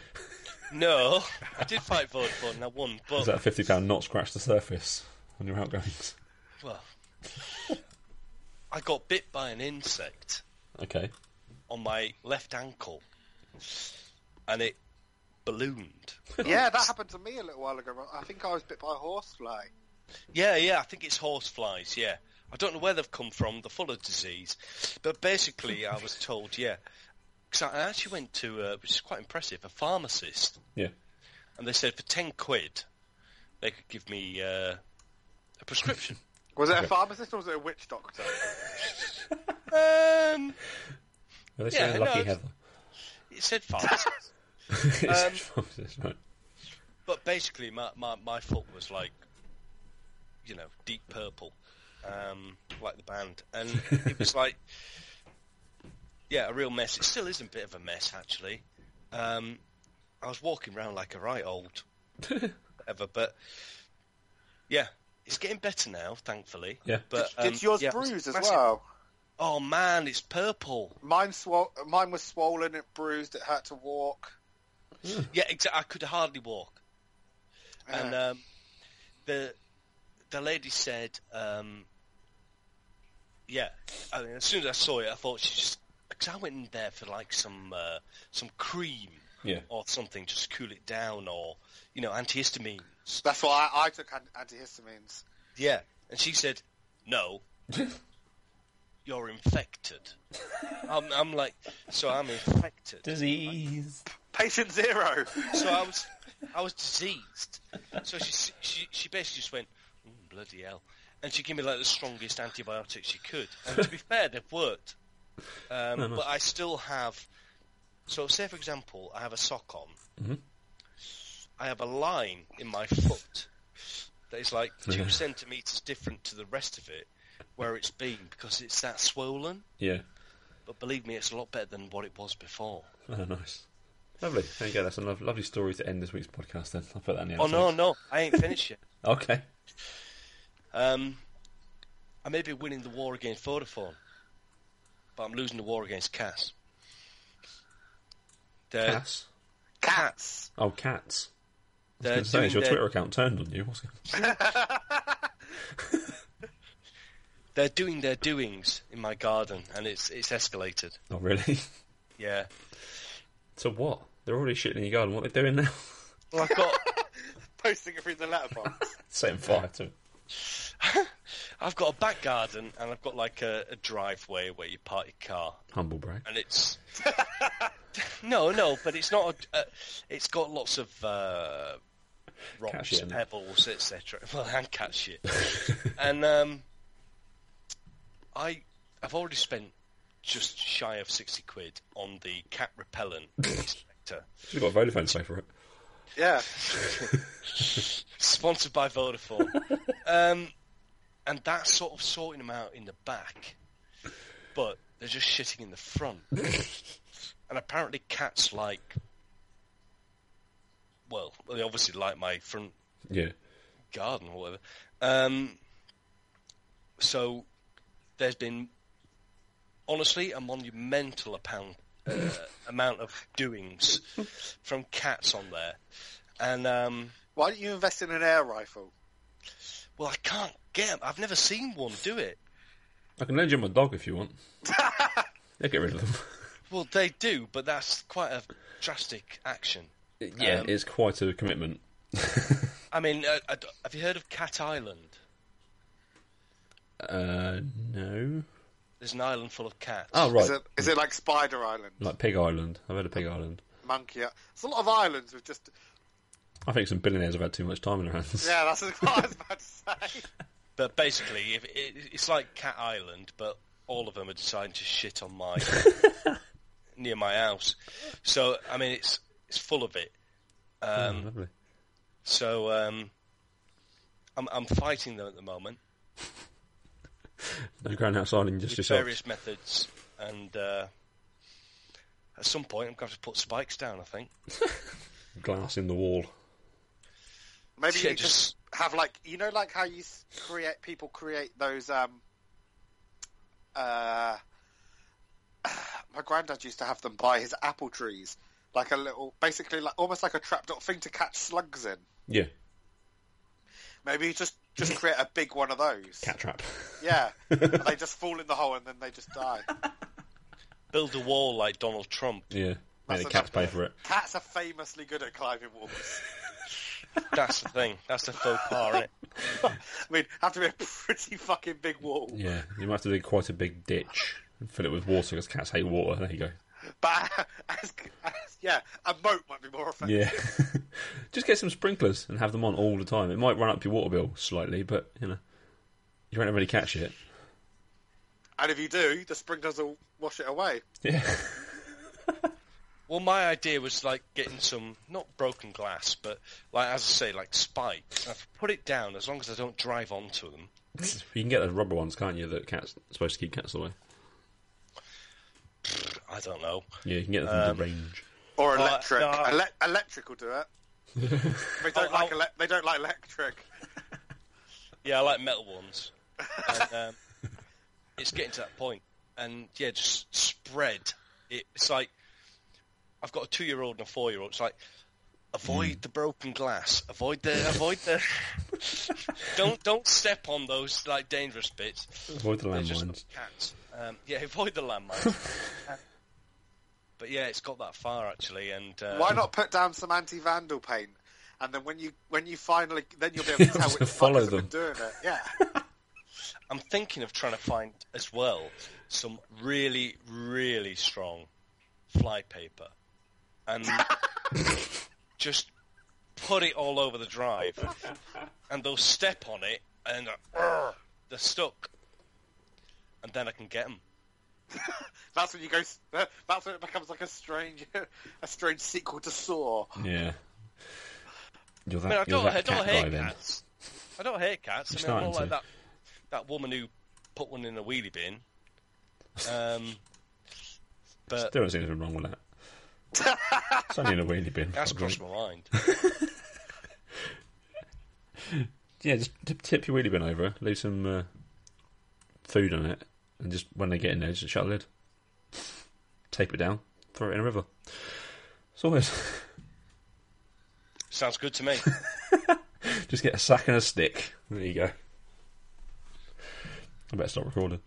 S3: No, I did fight Vodafone and I won, but...
S1: Does that fifty pound not scratch the surface on your outgoings?
S3: Well, I got bit by an insect
S1: Okay.
S3: on my left ankle, and it ballooned.
S2: yeah, that happened to me a little while ago. I think I was bit by a horsefly.
S3: Yeah, yeah, I think it's horse flies, yeah. I don't know where they've come from, the Fuller disease. But basically, I was told, yeah. Because I actually went to, uh, which is quite impressive, a pharmacist,
S1: Yeah.
S3: and they said for 10 quid, they could give me uh, a prescription.
S2: Was it a pharmacist or was it a witch doctor?
S3: um,
S1: Are they
S3: Yeah,
S1: saying
S3: no,
S1: lucky
S3: it's-
S1: <laughs>
S3: um,
S1: Heather?
S3: it said pharmacist.
S1: It's- it's right.
S3: But basically, my, my, my foot was like, you know, deep purple, um, like the band, and it was like, yeah, a real mess. It still is a bit of a mess, actually. Um, I was walking around like a right old, whatever. But yeah, it's getting better now, thankfully.
S1: Yeah.
S3: But um,
S2: Did yours
S3: yeah, it was
S2: bruise as
S3: massive.
S2: well?
S3: Oh man, it's purple.
S2: Mine, swol- mine was swollen, it bruised, it hurt to walk.
S3: Yeah, exactly. I could hardly walk. And um, the the lady said, um, yeah. I mean, as soon as I saw it, I thought she just because I went in there for like some uh, some cream
S1: Yeah.
S3: or something just to cool it down, or you know, antihistamine.
S2: That's why I, I took an- antihistamines.
S3: Yeah, and she said, no, you're infected. I'm, I'm like, so I'm infected.
S1: Disease.
S2: Patient zero.
S3: so I was, I was diseased. So she, she, she basically just went, "Mm, bloody hell, and she gave me like the strongest antibiotics she could. And to be fair, they've worked. Um, But I still have. So say for example, I have a sock on. I have a line in my foot that is like two centimeters different to the rest of it, where it's been because it's that swollen.
S1: Yeah.
S3: But believe me, it's a lot better than what it was before.
S1: Oh, nice. Lovely. There you go. That's a lo- lovely story to end this week's podcast. Then I'll put that in the.
S3: Oh no,
S1: outro.
S3: no, I ain't finished yet.
S1: Okay.
S3: Um, I may be winning the war against Vodafone, but I'm losing the war against Cass. They're,
S1: Cats.
S2: Cats.
S1: Oh, cats. I was
S3: They're
S1: gonna say,
S3: doing
S1: is your
S3: their,
S1: Twitter account turned on you? What's going-
S3: they're doing their doings in my garden, and it's it's escalated.
S1: Oh, <laughs> really?
S3: Yeah.
S1: so what? They're already shitting in your garden. What are they doing now? <laughs>
S3: Well, I've got <laughs>
S2: Posting it through the letterbox.
S1: Setting fire to. it.
S3: I've got a back garden, and I've got like a, a driveway where you park your car,
S1: Humble brag.
S3: and it's no, no, but it's not. A, uh, it's got lots of uh,
S1: Cat
S3: rocks,
S1: shit in there.
S3: pebbles, etc. <laughs> Well, and cat shit. and um, I, I've already spent just shy of sixty quid on the cat repellent inspector,
S1: She's got Vodafone to pay for it.
S2: yeah.
S3: sponsored by Vodafone. um, and that's sort of sorting them out in the back, but they're just shitting in the front. and apparently, cats like. Well, they obviously like my front
S1: Yeah.
S3: garden or whatever. Um, so there's been honestly a monumental amount uh, amount of doings from cats on there, and um,
S2: Why don't you invest in an air rifle?
S3: well, I can't get. 'em. I've never seen one do it.
S1: I can lend you my dog if you
S3: <laughs>
S1: want. yeah, get rid of them.
S3: Well, they do, but that's quite a drastic action.
S1: Yeah, Uh, it's quite a commitment.
S3: I mean, uh, I d have you heard of Cat Island?
S1: Uh, no.
S3: There's an island full of cats.
S1: Oh right,
S2: Is it is it like Spider Island,
S1: like Pig Island. I've heard of Pig Island.
S2: Monkey? Island? It's a lot of islands with just
S1: I think some billionaires have had too much time in their hands. <laughs>
S2: yeah. That's <laughs> what I was about to say.
S3: But basically, if it, it's like Cat Island, but all of them are deciding to shit on
S1: <laughs>
S3: my near my house. So I mean, it's it's full of it.
S1: Oh,
S2: um,
S1: lovely.
S3: So um, I'm I'm fighting them at the moment
S1: No going outside and just
S3: with
S1: yourself.
S3: various methods, and uh, at some point I'm going to have to put spikes down. I think.
S1: Glass in the wall.
S2: Maybe
S3: Yeah,
S2: you
S3: just-
S2: just have like you know, like how you s- create people create those. um uh <sighs> My granddad used to have them by his apple trees, like a little, basically like almost like a trapdoor thing to catch slugs in.
S1: Yeah,
S2: Maybe you just just create a big one of those.
S1: cat trap. <laughs>
S2: Yeah, and they just fall in the hole and then they just die.
S3: Build a wall like Donald Trump.
S1: Yeah, made
S2: That's
S1: the cats pay
S2: another-
S1: for it.
S2: Cats are famously good at climbing walls.
S3: That's the thing. That's the faux pas, is
S2: I mean, have to be a pretty fucking big wall.
S1: Yeah, you might have to do quite a big ditch and fill it with water because cats hate water. There you go.
S2: But <laughs> as, as, yeah, a moat might be more effective.
S1: Yeah, <laughs> just get some sprinklers and have them on all the time. It might run up your water bill slightly, but you know, you won't really catch it.
S2: And if you do, the sprinklers will wash it away.
S1: <laughs> Yeah,
S3: Well, my idea was like getting some not broken glass, but like as I say, like spikes. I've put it down as long as I don't drive onto them.
S1: you can get those rubber ones, can't you? That cats supposed to keep cats away.
S3: I don't know.
S1: Yeah, you can get them
S2: Um,
S1: from the range.
S2: Or
S3: Uh,
S2: electric.
S3: no.
S2: Ele- electric will
S3: <laughs>
S2: do it. they don't
S3: Oh,
S2: like
S3: I'll-
S2: ele- they don't like electric.
S3: Yeah, I like metal ones. And, um, <laughs> it's getting to that point, and yeah, just spread. It, it's like I've got a two-year-old and a four-year-old. It's like avoid the broken glass, avoid the, avoid the. <laughs> don't don't step on those like dangerous bits.
S1: Avoid the
S3: They're just
S1: landmines.
S3: cats. Um, yeah, <laughs> avoid the landmines. but yeah, it's got that far actually, and uh,
S2: Why not put down some anti-vandal paint? And then when you when you finally then
S3: <laughs>
S2: you'll be able to tell
S1: Just
S2: which
S1: follow
S2: follow them.
S1: them.
S2: doing it. Yeah,
S3: I'm thinking of trying to find as well some really, really strong fly paper
S1: <laughs>
S3: and just put it all over the drive, and they'll step on it and uh, they're stuck, and then I can get them.
S2: that's when you go. s- <laughs> That's when it becomes like a strange <laughs> a strange sequel to Saw.
S1: Yeah. You're that,
S3: I mean, I
S1: you're
S3: don't,
S1: that
S3: I don't
S1: cat guy
S3: hate
S1: then.
S3: cats. I don't hate cats.
S1: You're
S3: I mean,
S1: starting
S3: I'm not like
S1: to.
S3: that that woman who put one in a wheelie bin.
S1: <laughs>
S3: Um, but
S1: There isn't anything wrong
S3: <laughs>
S1: with that. it's only in a wheelie bin.
S3: that's
S1: Fuck
S3: crossed
S1: me.
S3: my mind.
S1: Yeah, just tip, tip your wheelie bin over, leave some uh, food on it, and just when they get in there, just shut the lid, tape it down, throw it in a river. It's always <laughs>
S3: Sounds good to me.
S1: just get a sack and a stick. There you go. I better stop recording.